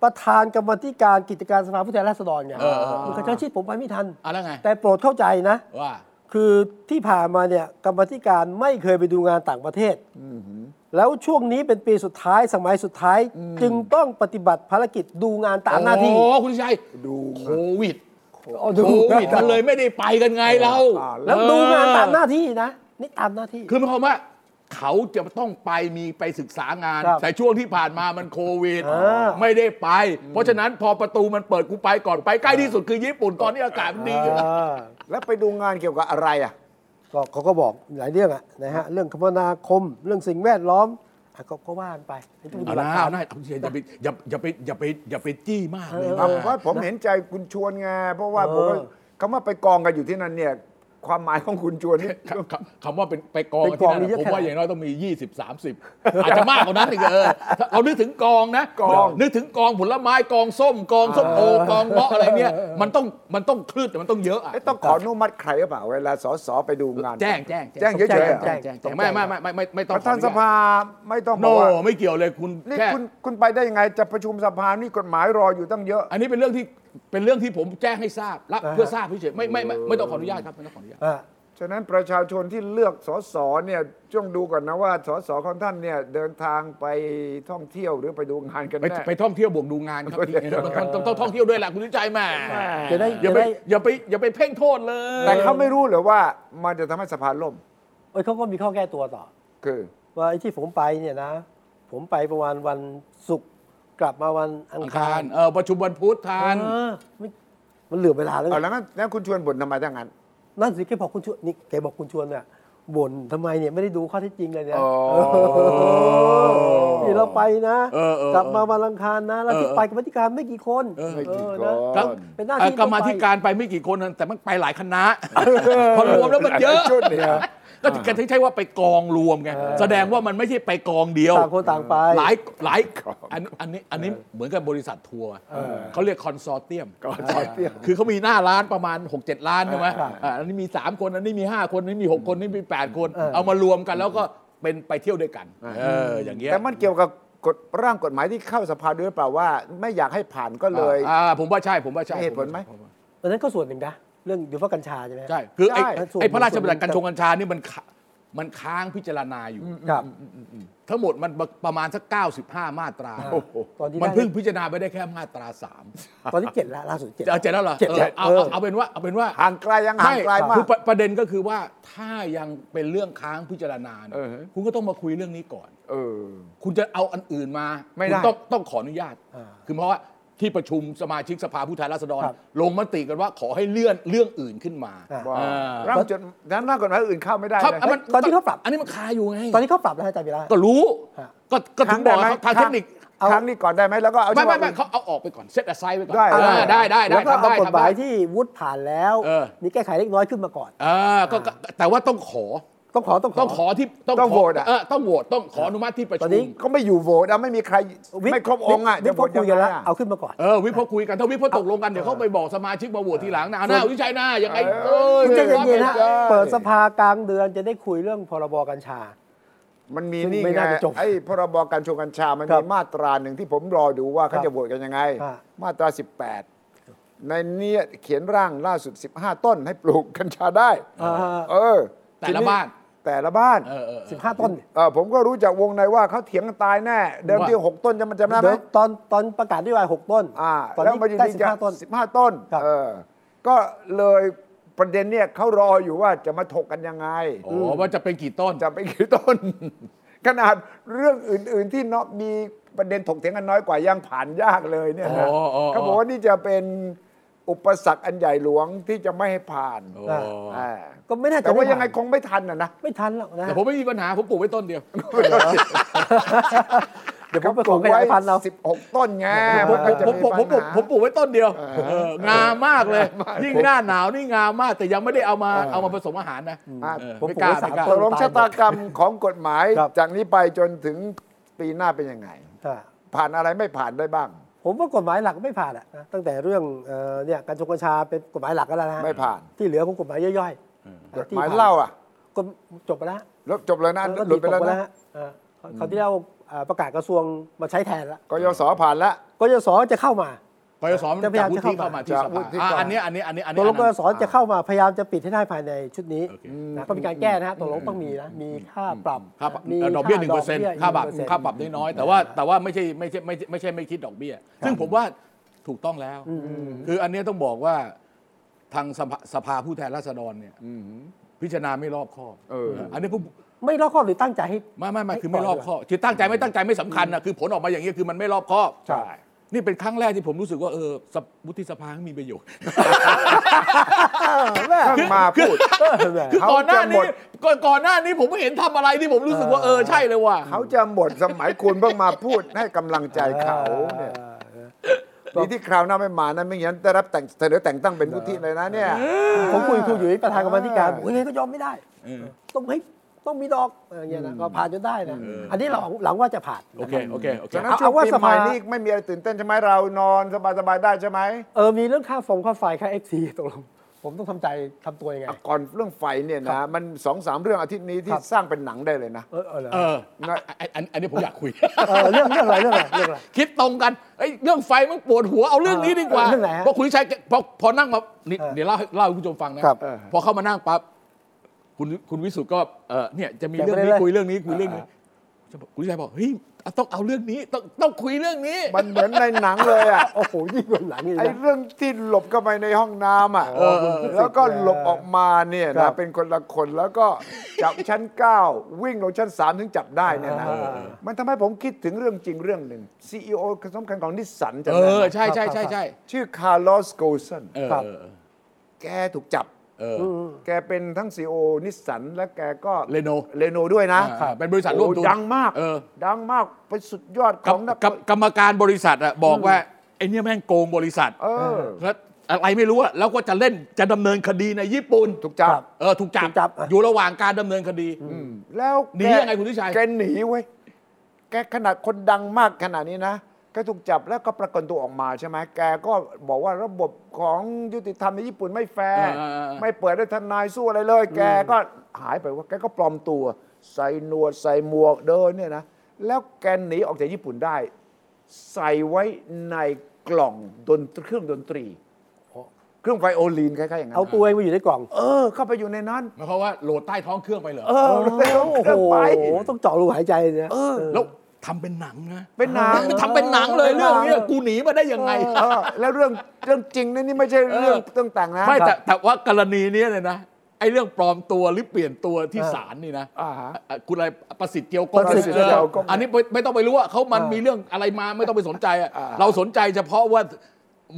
A: ประธานกรรมาธิการกิจการสภาผู้แทนราษฎรไง
B: เออเออ
A: มันกระชั้นชิดผมไปไม่ทัน
B: อะไรไง
A: แต่โปรดเข้าใจนะ
B: ว่า
A: คือที่ผ่านมาเนี่ยกรรมาธิการไม่เคยไปดูงานต่างประเทศ แล้วช่วงนี้เป็นปีสุดท้ายสมัยสุดท้าย จึงต้องปฏิบัติภารกิจดูงานตามหน้าที่
B: โอ้โคุณชัยดูโควิด
A: อ๋อดู
B: โควิดมันเลยไม่ได้ไปกันไงเรา
C: อ่า
A: แล้วดูงานตามหน้าที่นะนี่ตามหน้าที่
B: คือหมายความว่าเขาจะต้องไปมีไปศึกษางาน
A: ครับ
B: แต่ช่วงที่ผ่านมามันโควิด
A: อ่า
B: ไม่ได้ไป เพราะฉะนั้นพอประตูมันเปิดกูไปก่อนไปใกล้ที่สุดคือญี่ปุ่นตอนนี้อากาศมันดีอยู่แล้ว
A: อ่า
C: แล้วไปดูงานเกี่ยวกับอะไรอ่ะ
A: ก็เขาก็บอกหลายเรื่องอะนะฮะเรื่องคมนาคมเรื่องสิ่งแวดล้อมอ่ะก็ก็ว่ากันไปไอ้ที่มัน
B: เอา
A: หลั
B: นะ
A: กฐา
B: เอา
A: น
B: นะเอาอย่าอย่าไปอย่าอย่าไปอย่าไปอย่าไปจี้มากเลย
A: เออ
C: เอา
B: นะ
C: เพราะผมเห็นใจคุณชวนไงเพราะว่า
A: เออ
C: ผมว่าคำว่าไปกองกันอยู่ที่นั่นเนี่ย ความหมายของคุณชวนนี่
B: คำคำคำว่าเป็นไปกอง
A: เป็นกอง
B: ที่นั่น
A: เย
B: อะ
A: อะ
B: ผม
A: ขนาด
B: ว่าอย่างน้อยต้องมี 20 30 อาจจะมากกว่านั้นอีกเออถ้าเอานึกถึงกองนะ
C: กอง
B: นึกถึงกองผลไม้กองส้มกองส้มโอกองเงาะอะไรเนี่ย มันต้องมันต้องคลืดแต่มันต้องเยอะอะ
C: เอ๊ะต้องขออนุมัติใครหรือเปล่าเวลาสสไปดูงาน
B: แจ้งแจ้ง
C: แจ้งเฉยๆเหรอ
B: แจ้งแจ้งแจ้งไม่ไม่ไม่ไม่ไม่ไม่ต้อ
C: ป
B: ง
C: ระธานสภาไม่ต้องบ
B: โน
C: อกว่า
B: ไม่เกี่ยวเลยคุณ
C: นี่
B: แค่
C: คุณคุณไปได้ยังไงจะประชุมสภานี่กฎหมายรออยู่ตั้งเยอะ
B: อันนี้เป็นเรื่องที่เป็นเรื่องที่ผมแจ้งให้ทราบรับ
A: อ่าฮะ
B: เพื่อทราบเฉยๆไม่ไม่ไม่ไม่ต้องขออนุญาตครับไม่ต้องขออนุญาต
A: อ่ะ
C: ฉะนั้นประชาชนที่เลือกสสเนี่ยจ้องดูก่อนนะว่าสสของท่านเนี่ยเดินทางไปท่องเที่ยวหรือไปดูงานกัน
B: ไป
C: แน่
B: ไปท่องเที่ยวบวกดูงานครับทีนี้มันต้องต้องท่องเที่ยวด้วยแหละคุณวิจัยแหม่
A: จะได้
B: อย่า
A: จะ
B: ไป
A: ได้
B: อย่าไปอย่าไปเพ่งโทษเลย
C: แต่เขาไม่รู้เหรือว่ามันจะทำให้สภาล่ม
A: เอ้ยเขาก็มีข้อแก้ตัวต่อ
C: คือ
A: ว่าไอ้ที่ผมไปเนี่ยนะ ผมไปประมาณวันศุกร์กลับมาวันอัง
B: อัง
A: คา
B: คาร รเออประชุมวันพุธทาน
A: เออไม่มันเหลือเวลาแล้วไง
C: เอาแล้วงั้นแล้วคุณชวนบ่นทำไมทั้งนั้น
A: นั่นสิแกบอกคุณชวนนี่แกบอกคุณชวนเนี่ยบ่นทำไมเนี่ยไม่ได้ดูข้อเท็จจริงเลยเนี่ย
C: อ๋อ
A: เออนี่เราไปนะ
B: เออเออ
A: กลับมาวันอังคารนะแล้วที่ไปกรรมาธิการไม่กี่คน
C: ไม่กี่
A: เออ
C: ค
A: นะ
B: ก็
C: น
A: เป็นหน้า
B: เอ่อ
A: ที่
B: กรรมาธิการไปไม่กี่คนนะแต่มันไปหลายคณะพอรวมแล้วมันเยอะ
C: ชุดเดียว
B: ก็ถึงกันใช้ว่าไปกองรวมไงแสดงว่ามันไม่ใช่ไปกองเดียว
A: ต่างคนต่างไป
B: หลายหลายอันอันนี้อันนี้เหมือนกับบริษัททัวร์เขาเรียกคอนซอร์เทียม
C: ก่อนตอนเที่ยง
B: คือเขามีหน้าร้านประมาณ 6 7 ล้านใช่ไหมอ่าอันนี้มี 3 คน อันนี้มี 5 คน อันนี้มี 6 คนอันนี้มี 8 คน
A: เออ
B: เอามารวมกันแล้วก็เป็นไปเที่ยวด้วยกัน เออ อย่างเงี้ย
C: แต่มันเกี่ยวกับกฎร่างกฎหมายที่เข้าสภาด้วยหรือเปล่าว่า ไม่อยากให้ผ่านก็เลย
B: อ่าผมว่าใช่ ผมว่าใช่
C: เหตุผลไหม
B: ผว่า
A: ตอนนั้นก็ส่วนหนึ่งนะเรื่องยูฟ่ากัญชาใช่ไหม
B: ใช่ คือไอ้
C: ใช่
B: ไอ้พระราชบัญญัติกัญชงกัญชานี่มันขะ มันค้างพิจารณาอยู่
A: ครับ
B: ทั้งหมดมันประมาณสัก 95 มาตรา
A: โอ้โหตอนนี้ได้
B: มันเพิ่งพิจารณาไปได้แค่มาตรา3าม
A: ตอนนี้เจ็ดแล้วล่าสุดเจ็ด
B: เจ็ดแล้วเหรอ
A: เจ็ดแล้ว
B: ออเอา
A: เออ
B: เอาเอาเป็นว่าเอาเป็นว่า
C: ห่างไกลยังห่างไกลมาก
B: คือประประเด็นก็คือว่าถ้ายังเป็นเรื่องค้างพิจารณาเนี่ย
C: เออฮะ
B: คุณก็ต้องมาคุยเรื่องนี้ก่อน
C: เออ
B: คุณจะเอาอันอื่นมา
C: ไม่ได้
B: คุณต้องต้องขออนุญาต
A: อ่า
B: คือเพราะว่าที่ประชุมสมาชิกสภาผู้แทนราษฎร
A: ครับ
B: ลงมติกันว่าขอให้เลื่อนเรื่องอื่นขึ้นมา
A: อ่า
B: เออ
C: ร่างจดนั้นร่างกฎหมายอื่นเข้าไม่ได้
B: ครับ
C: เลย
B: อันมัน
A: ตอนที่เขาปรับ
B: อันนี้มันคาอยู่ไง
A: ตอนนี้เขาปรับแล้วฮะอาจารย์วีระ
B: ก็รู้
A: ฮะ
B: ก็ก็ถึงบอกว่าทางเทคนิค
C: ครั้งนี้ก่อนได้ไหมแล้วก็เอา
B: ไม่
C: ฉบั
B: ไม่
C: บ
B: ไม่
C: อื่น
B: เขาเอาออกไปก่อนเซตอ s i d e ไว้ก่อน
C: ได้
B: เออได้ได้ได้
A: แล้วก็เอา
B: ทำได้
A: กฎ
B: ทำ
A: ห
B: ได้
A: มายที่วุฒิผ่านแล้ว
B: เออ
A: มีแก้ไขเล็กน้อยขึ้นมาก่อน
B: เออก็ก็แต่ว่าต้องขอ
A: ต้องขอต้องขอ
B: ต้องขอที่
C: ต้องโหวตอะ
B: เออต้องโหวตต้องขออนุมัติที่ประ
A: ตอ
B: ชุ
A: นนี้
B: ม
C: ก็ไม่อยู่โหวตอะไม่มีใคร
A: วิป
C: ไม่ครบองค์อ่ะ
A: วิ
C: จะ
A: ป
C: โหว
A: เขา
C: ต
A: คุย
C: ยัง
A: กัน
C: ไง
A: แล้ว
C: อะ
A: เอาขึ้นมาก่อน
B: เออวิพอคุยกันถ้าวิพอตกลงกันเดี๋ยวเขาไปบอกสมาชิกมาโหวตทีหลังนะเอาหน้าวิชัยหน้ายังไงเอ้ย
A: คุณใจเย็นๆนะ
B: ออ
A: เปิดสภากลางเดือนจะได้คุยเรื่องพรบกัญชา
C: มันมี
A: ซึ่ง
C: นี่
A: ไม่
C: ไง
A: น่าจะจบ
C: ไอ้พรบการชงกัญชา มัน
A: ครั
C: มี
A: บ
C: มาตราหนึ่งที่ผมรอดูว่าเขา
A: ครับ
C: จะโหวตกันยังไง
A: ฮะ
C: มาตรา 18 ในเนี้เขียนร่างล่าสุด 15 ต้นให้ปลูกกัญชาได้ เออ
B: แต่ละบ้าน
C: แต่ละบ้าน
B: เออเออเออ
A: สิบห้าต้นเนี่ย
C: เออผมก็รู้จากวงในว่าเขาเถียงกันตายแน่ เดิมที่ 6 ต้นจะมันจำได้ไหม
A: เดิมตอนตอนประกาศนโยบายหกต้น
C: อ่า
A: ตอน
C: แล้ว
A: นี้
C: มันอยู่
A: ได้
C: ที่
A: สิบ
C: จะ
A: ห้าต้น
C: 15 ต้น
A: ครับ
C: เออก็เลยประเด็นเนี่ยเขารออยู่ว่าจะมาถกกันยังไง
B: โอ้ว่าจะเป็นกี่ต้น
C: จะไปกี่ต้น ขนาดเรื่องอื่น ๆ ที่เนาะมีประเด็นถกเถียงกันน้อยกว่ายังผ่านยากเลยเนี่ยนะ
B: อ๋ออ๋ออ๋อ
C: เขาบอกว่านี่จะเป็นอุปสรรคอันใหญ่หลวงที่จะไม่ให้ผ่าน
B: โอ้
A: อ่า
C: อ่า
A: ก็ไม่น่าจะ
C: แต่ว่า
A: ด้ผ่น
C: ยังไงคงไม่ทันนะนะ
A: ไม่ทันหรอกนะ
B: แต่ผมไม่มีปัญหาผมปลูกไว้ต้นเดียว
A: เดี๋ยวผมไปขอขยายพันธุ์เรา
C: สิบหกต้นไง
B: ผม
C: นก็จะ
B: ผมผมผมปลูก
C: ปัญหา
B: ผมปลูกไว้ต้นเดียว
C: เออ
B: เอองามมากเลย ยิ่งหน้าหนาวนี่งามมาก แต่ยังไม่ได้เอามาเอามาผสมอาหารนะ
C: อ่ะ
B: เออ
A: ผม
B: ไม่
A: ปลู
B: ก
A: ก
B: ล้า
A: ไว้
B: ไม่
A: สาม
B: กล้า
C: ตกลงชะตากรรมของกฎหมาย
A: ครับ
C: จากนี้ไปจนถึงปีหน้าเป็นยังไง
A: อ่า
C: ผ่านอะไรไม่ผ่านได้บ้าง
A: ผมว่ากฎหมายหลักไม่ผ่านอะนะตั้งแต่เรื่องเอ่อเนี่ยการชงกัญชาเป็นกฎหมายหลักก็แล้วนะ
C: ไม่ผ่าน
A: ที่เหลือของกฎหมายย่อยๆ
C: ก
A: อ่ะ
C: ฎ
A: ที่
C: หมาย
A: ผ่น
C: เหล่าอ่ะ
A: ก็จบไปแล้ว
C: ลบจบแล้วนะ
A: ก็
C: หลุดไปแล้ว
A: ตก
C: นะ
A: ฮเออคราวที่แล้วเอ่อประกาศกระทรวงมาใช้แทนแล้ว
C: กยศผ่านแล้ว
A: กยศจะเข้ามาก
B: ยศมันจะวุฒิเข้ามาที่ส
C: จะวุ
B: ภา
C: ฒิ
B: อ่ะ
C: ก่อน
B: อันเนี้ยอันเนี้ยอันเนี้ยอัน
A: ต
B: เนี้
A: ก
B: ย
A: ลงกยศ
B: อันนั้น
A: จะเข้ามาพยายามจะปิดให้ได้ภายในชุดนี้
B: โอเค
A: นะก็มีการแก้นะฮะตกลงต้องมีนะมีค่าปรับ
B: ครับ
A: มี
B: เอ่อดอกเบี้ยหนึ่ง
A: ค่า
B: เปอร์เซ็นต์
A: บี้ย
B: ค่าปรับ
A: 1%
B: ค่าปรับน้อยๆแต่ว่าแต่ว่าไม่ใช่ไม่ใช่ไม่ใช่ไม่ใช่ไม่คิดดอกเบี้ย ซึ่งผมว่าถูกต้องแล้ว คืออันเนี้ยต้องบอกว่าทางสภาสภาผู้แทนราษฎรเนี่ยพิจารณาไม่รอบคอบ
C: เออ
B: อันนี้ผม
A: ไม่รอบคอบหรือตั้งใจให้
B: ไม่ไม่ไม่คือ
A: ไม่ร
B: ไม่ร
A: อ
B: อ
A: บบ ค
B: ค
A: อ
B: อ
A: บบ
B: คือตั้งใจไม่ตั้งใจไม่สำคัญนะคือผลออกมาอย่างนี้ยคือมันไม่รอบคอบ
A: ใช่
B: นี่เป็นครั้งแรกที่ผมรู้สึกว่าเออสภวุฒิสภามีประโยชน์
C: เพิ่งมาพูด
B: คือ
C: เขา
B: ก่อนหน้า
C: จะหม
B: นี้
C: ด
B: ก่อนก่อนหน้านี้ผมไม่เห็นทำอะไรที่ผมรู้สึกว่าเออใช่เลยว่ะ
C: เขาจะหมดสมัยคุณเพิ่งมาพูดให้กำลังใจเขาเนี่ยดีที่คราวหน้าไม่มานะไม่งั้นได้รับแต่งเสนอแต่งตั้งเป็นผู้ที่เลยนะเนี่ย
A: ผมคุยคุยอยู่ที่ประธานกรรมาธิการบอกยังไงก็ยอมไม่ได้
B: เออ
A: ต้องให้ต้องมีดอกอะไรอย่างเงี้ยนะก็ผ่านจนได้นะอันนี้เราหวังหลังว่าจะผ่าน
B: โอเคโอเคโอเค
C: ฉะนั้น
A: เอา
C: ช่วง
A: เอาว่า
C: ปี
A: ส
C: ใหม่
A: ภา
C: นี่ไม่มีอะไรตื่นเต้นใช่ไหมเรานอนสบายๆได้ใช่ไหม
A: เออมีเรื่องค่าฟงค่าไฟค่าเอฟซีตกลงผมต้องทำใจทำตัวยังไง
C: อ่ะก่อนเรื่องไฟเนี่ยนะมันสองสามเรื่องอาทิตย์นี้
A: ค
C: ที่
A: รับ
C: สร้างเป็นหนังได้เลยนะ
A: เออเออเหรอ
B: เอออ่ะอ่ะอันอันนี้ผมอยากคุย
A: เออเรื่องเรื่องอะไรเรื่องอะไรเรื่องอะไร
B: คิดตรงกันเอ้ยเรื่องไฟมันปวดหัวเอาเรื่องนี้ดีกว่า
A: เออเรื่องไหนฮะ
B: พอคุณชัยแกพอพอนั่งมานี่
A: เออ
B: เดี๋ยวเล่าให้เล่าให้คุณผู้ชมฟังนะครับ เออพอเข้ามานั่งปั๊บคุณคุณวิสุทธ์ก็เออเนี่ยจะมี
A: อยาก
B: เรื่อง
A: ไป
B: นี้
A: เรื่อย
B: คุยเรื่องนี้คุยเรื่องนี้คุณชัยบอกเฮ้ยต้องเอาเรื่องนี้ต้องต้องคุยเรื่องนี้
C: มันเหมือนในหนังเลย อ่ะ
A: โอ้โหยิ่งกว่าหลังอีก
C: ไอ้
A: นะ
C: เรื่องที่หลบเข้าไปในห้องน้ำอ่ะ
B: เออเออเออ
C: แล้วก็หลบออกมาเนี่ย
A: ครั
C: นะ
A: บ
C: เป็นคนละคนแล้วก็จับชั้น 9 วิ่งลงชั้น 3 ถึงจับได้เนี่ยนะมันทำให้ผมคิดถึงเรื่องจริงเรื่องหนึ่ง CEO คนสำคัญของนิสสันจำ
B: เอ
C: ได้
B: อ
C: ไหม
B: ใช่ใช่ใช่ใช่
C: ชื่อคาร์ลอสโกสัน
B: เออ
A: ครับ
B: เออ
C: แกถูกจับ
B: เออ
C: แกเป็นทั้งซีโอนิสสันและแกก็
B: Renault
C: เรโนด้วยนะ
B: อ่าเป็นบริษัทร่วมทุน
C: โอ้ดังมาก
B: เออ
C: ดังมากเป็นสุดยอดข
B: กับ
C: องนัก
B: กับกรรมการบริษัทอะบอกว่าไอ้เนี่ยแม่งโกงบริษัท
C: เออ
B: แล้วอะไรไม่รู้อะแล้วก็จะเล่นจะดำเนินคดีในญี่ปุ่น
C: ถูกจับ
B: เออถูกจั
A: ถูกจับอะ
B: อยู่ระหว่างการดำเนินคดี
C: แล้ว
B: หนี
C: แก
B: ยังไงคุณวิชัย
C: แกหนีเว้ย แกขนาดคนดังมากขนาดนี้นะ แกถูกจับแล้วก็ประกันตัวออกมาใช่ไหม แกก็บอกว่าระบบของยุติธรรมในญี่ปุ่นไม่แฟร์ ไม่เปิดให้ทนายสู้อะไรเลย แกก็หายไปว่า แกก็ปลอมตัว ใส่หนวดใส่หมวกเดินเนี่ยนะ แล้วแกหนีออกจากญี่ปุ่นได้ ใส่ไว้ในกล่องดนตรีเครื่องดนตรี เครื่องไฟโอลีนคล้ายๆอย่างนั้น
A: เอากลวยมาอยู่ในกล่อง
C: เออ เข้าไปอยู่ในนั้น
B: หมายความว่าโหลดใต้ท้องเครื่องไปเหรอ
C: เออแล้ว
A: โอ้
C: เครื่อง
A: โห
C: ไป
A: ต้องเจาะรูหายใจเลยนะ
C: เออ
B: แล้วทำเป็นหนังนะ
C: เป็นหนัง
B: ทำเป็นหนังเลยเรื่องเนี้ย
C: เออ
B: กูหนีมาได้ยังไง
C: เออแล้วเรื่องเรื่องจริงนี่นี่ไม่ใช่เรื่อง
B: เออ
C: เรื่องแต่งนะ
B: ไม่แต่
C: ครับ
B: แต่ว่ากรณีเนี้ยเลยนะไอ้เรื่องปลอมตัวหรือเปลี่ยนตัวที่
C: เออ
B: ศาลนี่นะ
C: อ่าฮะ
B: อ่ะคุณอะไรประสิทธิ์เจียวกง
C: ประสิทธิ์เจียวก
B: อ
C: ง
B: ออันนี้ไม่ไม่ต้องไปรู้ว่าเขามันมีเรื่องอะไรมาไม่ต้องไปสนใจอะ
C: อ่า
B: เราสนใจเฉพาะว่า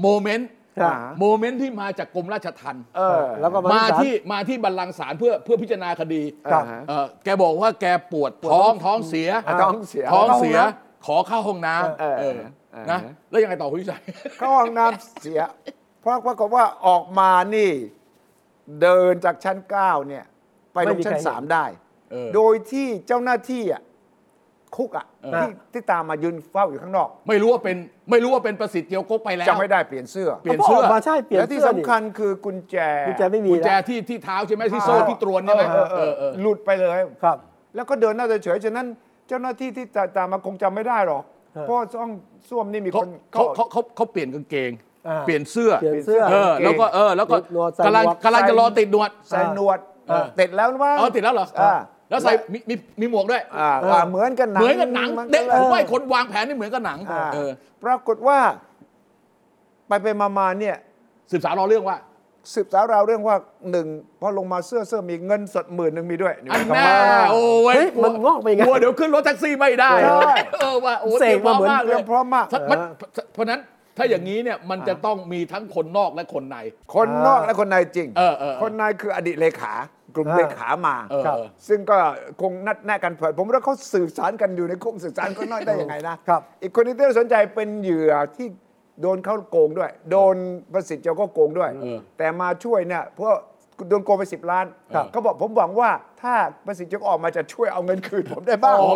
B: โมเมนต์
C: อ่า
B: โมเมนต์ที่มาจากกรมราชทัณฑ์
C: เออ
A: แล้วก็
B: มา
A: ศล
B: ที่มาที่บัลลังก์ศาลเพื่อเพื่อพิจารณาคดี
C: ครับ
B: เอ่อแกบอกว่าแกปวดท้องท้องเสีย
C: อ่าท้องเสีย
B: ท้องเสีย
C: เข้าห้องน้
B: ขอเข้าห้องน้ำ
C: เออ
B: เออ
C: เออ
B: นะแล้วยังไงต่อคุณวิชัย
C: เข้าห้องน้ำเสีย เพราะปรากฏว่าออกมานี่ เดินจากชั้น 9 เนี่ย ไปลงชั้น
A: ไม่มีใครเห็น
C: 3 ได้
B: เออ
C: โดยที่เจ้าหน้าที่อ่ะคุกอ่ะ
B: เออ
C: ที่ที่ตามมายืนเฝ้าอยู่ข้างนอก
B: ไม่รู้ว่าเป็นไม่รู้ว่าเป็นประสิทธิ์เจียวกงไปแล้ว
C: จะไม่ได้เปลี่ยนเสื้อ
B: เปลี่ยนเสื้อ
A: าพกกมาใช่เปลี่ยน
C: และที่
A: เสื้อ
C: สำ
A: นี่
C: คัญคือกุญแจ
A: กุญแจไม่มี
B: กุญแจ
A: แล้ว
B: ที่ที่เท้าใช่ไหมที่โซ่ที่ตรวนใช่ไหม
C: เออเออ
B: เออ
C: เออ
B: เออ
C: หลุดไปเลย
A: ครับ
C: แล้วก็เดินหน้าเฉยๆฉะนั้น เจ้าหน้าที่ที่ตามมาคงจำไม่ได้หรอก
A: เออ
C: เพราะซ่องส้วมนี่มี
B: เขา
C: คน
B: เขา
C: ข้
B: เขาเขาเขาเปลี่ยนกางเกง
A: อ่า
B: เปลี่ยนเสื้อ
A: เปลี่ยนเสื้อ
B: เออแล้วก็เออแล้วก็
A: รอใส่
B: กำลัง
A: หมวก
B: กำลังจะรอติดหนวด
C: ใส่หนวด
B: เออ
C: ติดแล้วว่า
B: เออติดแล้วเหรอ
C: อ่า
B: แล้วใส่มีมีมีหมวกด้วย
C: อ่าอ่าเหมือนกันหนัง
B: เหมือนกับหนัง
C: น
B: เด็ก
C: ลย
B: ผมว่าไอ้คนวางแผนนี่เหมือนกับหนัง
C: อ่า
B: เออ
C: ปรากฏว่า ไปไปมามาเนี่ย
B: สืบสาวรอเรื่องว่า
C: สืบสาวราวเรื่องว่าหนึ่งพอลงมาเสื้อเสื้อมีเงินสดหมื่นหนึ่งมีด้วย
B: อัน
C: ครับ
B: แน่โอ้ย
A: เฮ้ยมันงอกไปไง
B: กลัวเดี๋ยวขึ้นรถแท็กซี่ไม่ได้
A: ใช่
B: เออว่าโอ้
A: เสกมา
B: ต
A: เหมื
B: รียพร้
A: อน
B: ก
C: เต
B: เล
C: รี
B: ย
C: ยมพร้อมมาก
B: เพราะมันเพราะฉะนั้นถ้าอย่างนี้เนี่ยมันจะต้องมีทั้งคนนอกและคนใน
C: คนนอกและคนในจริง
B: เออเออเออ
C: คนในคืออดีตเลขา กลุ่ม
A: อ่า
C: เลขามา
B: เออ
C: ซึ่งก็คงนัดแนะกันเผยผมว่าเขาสื่อสารกันอยู่ในคุกสื่อสารก็น้อยได้ยังไงนะครับ อีกคนนึงที่น่าสนใจเป็นเหยื่อที่โดนเขาโกงด้วย โดนประสิทธิ์เจ้าก็โกงด้วย
B: เออ
C: แต่มาช่วยเนี่ยเพราะโดนโกงไปสิบล้าน
B: ครับ
C: เขาบอกผมหวังว่าถ้าประสิทธิ์เจ้าก็ออกมาจะช่วยเอาเงินคืนผมได้บ้าง
A: อ๋อ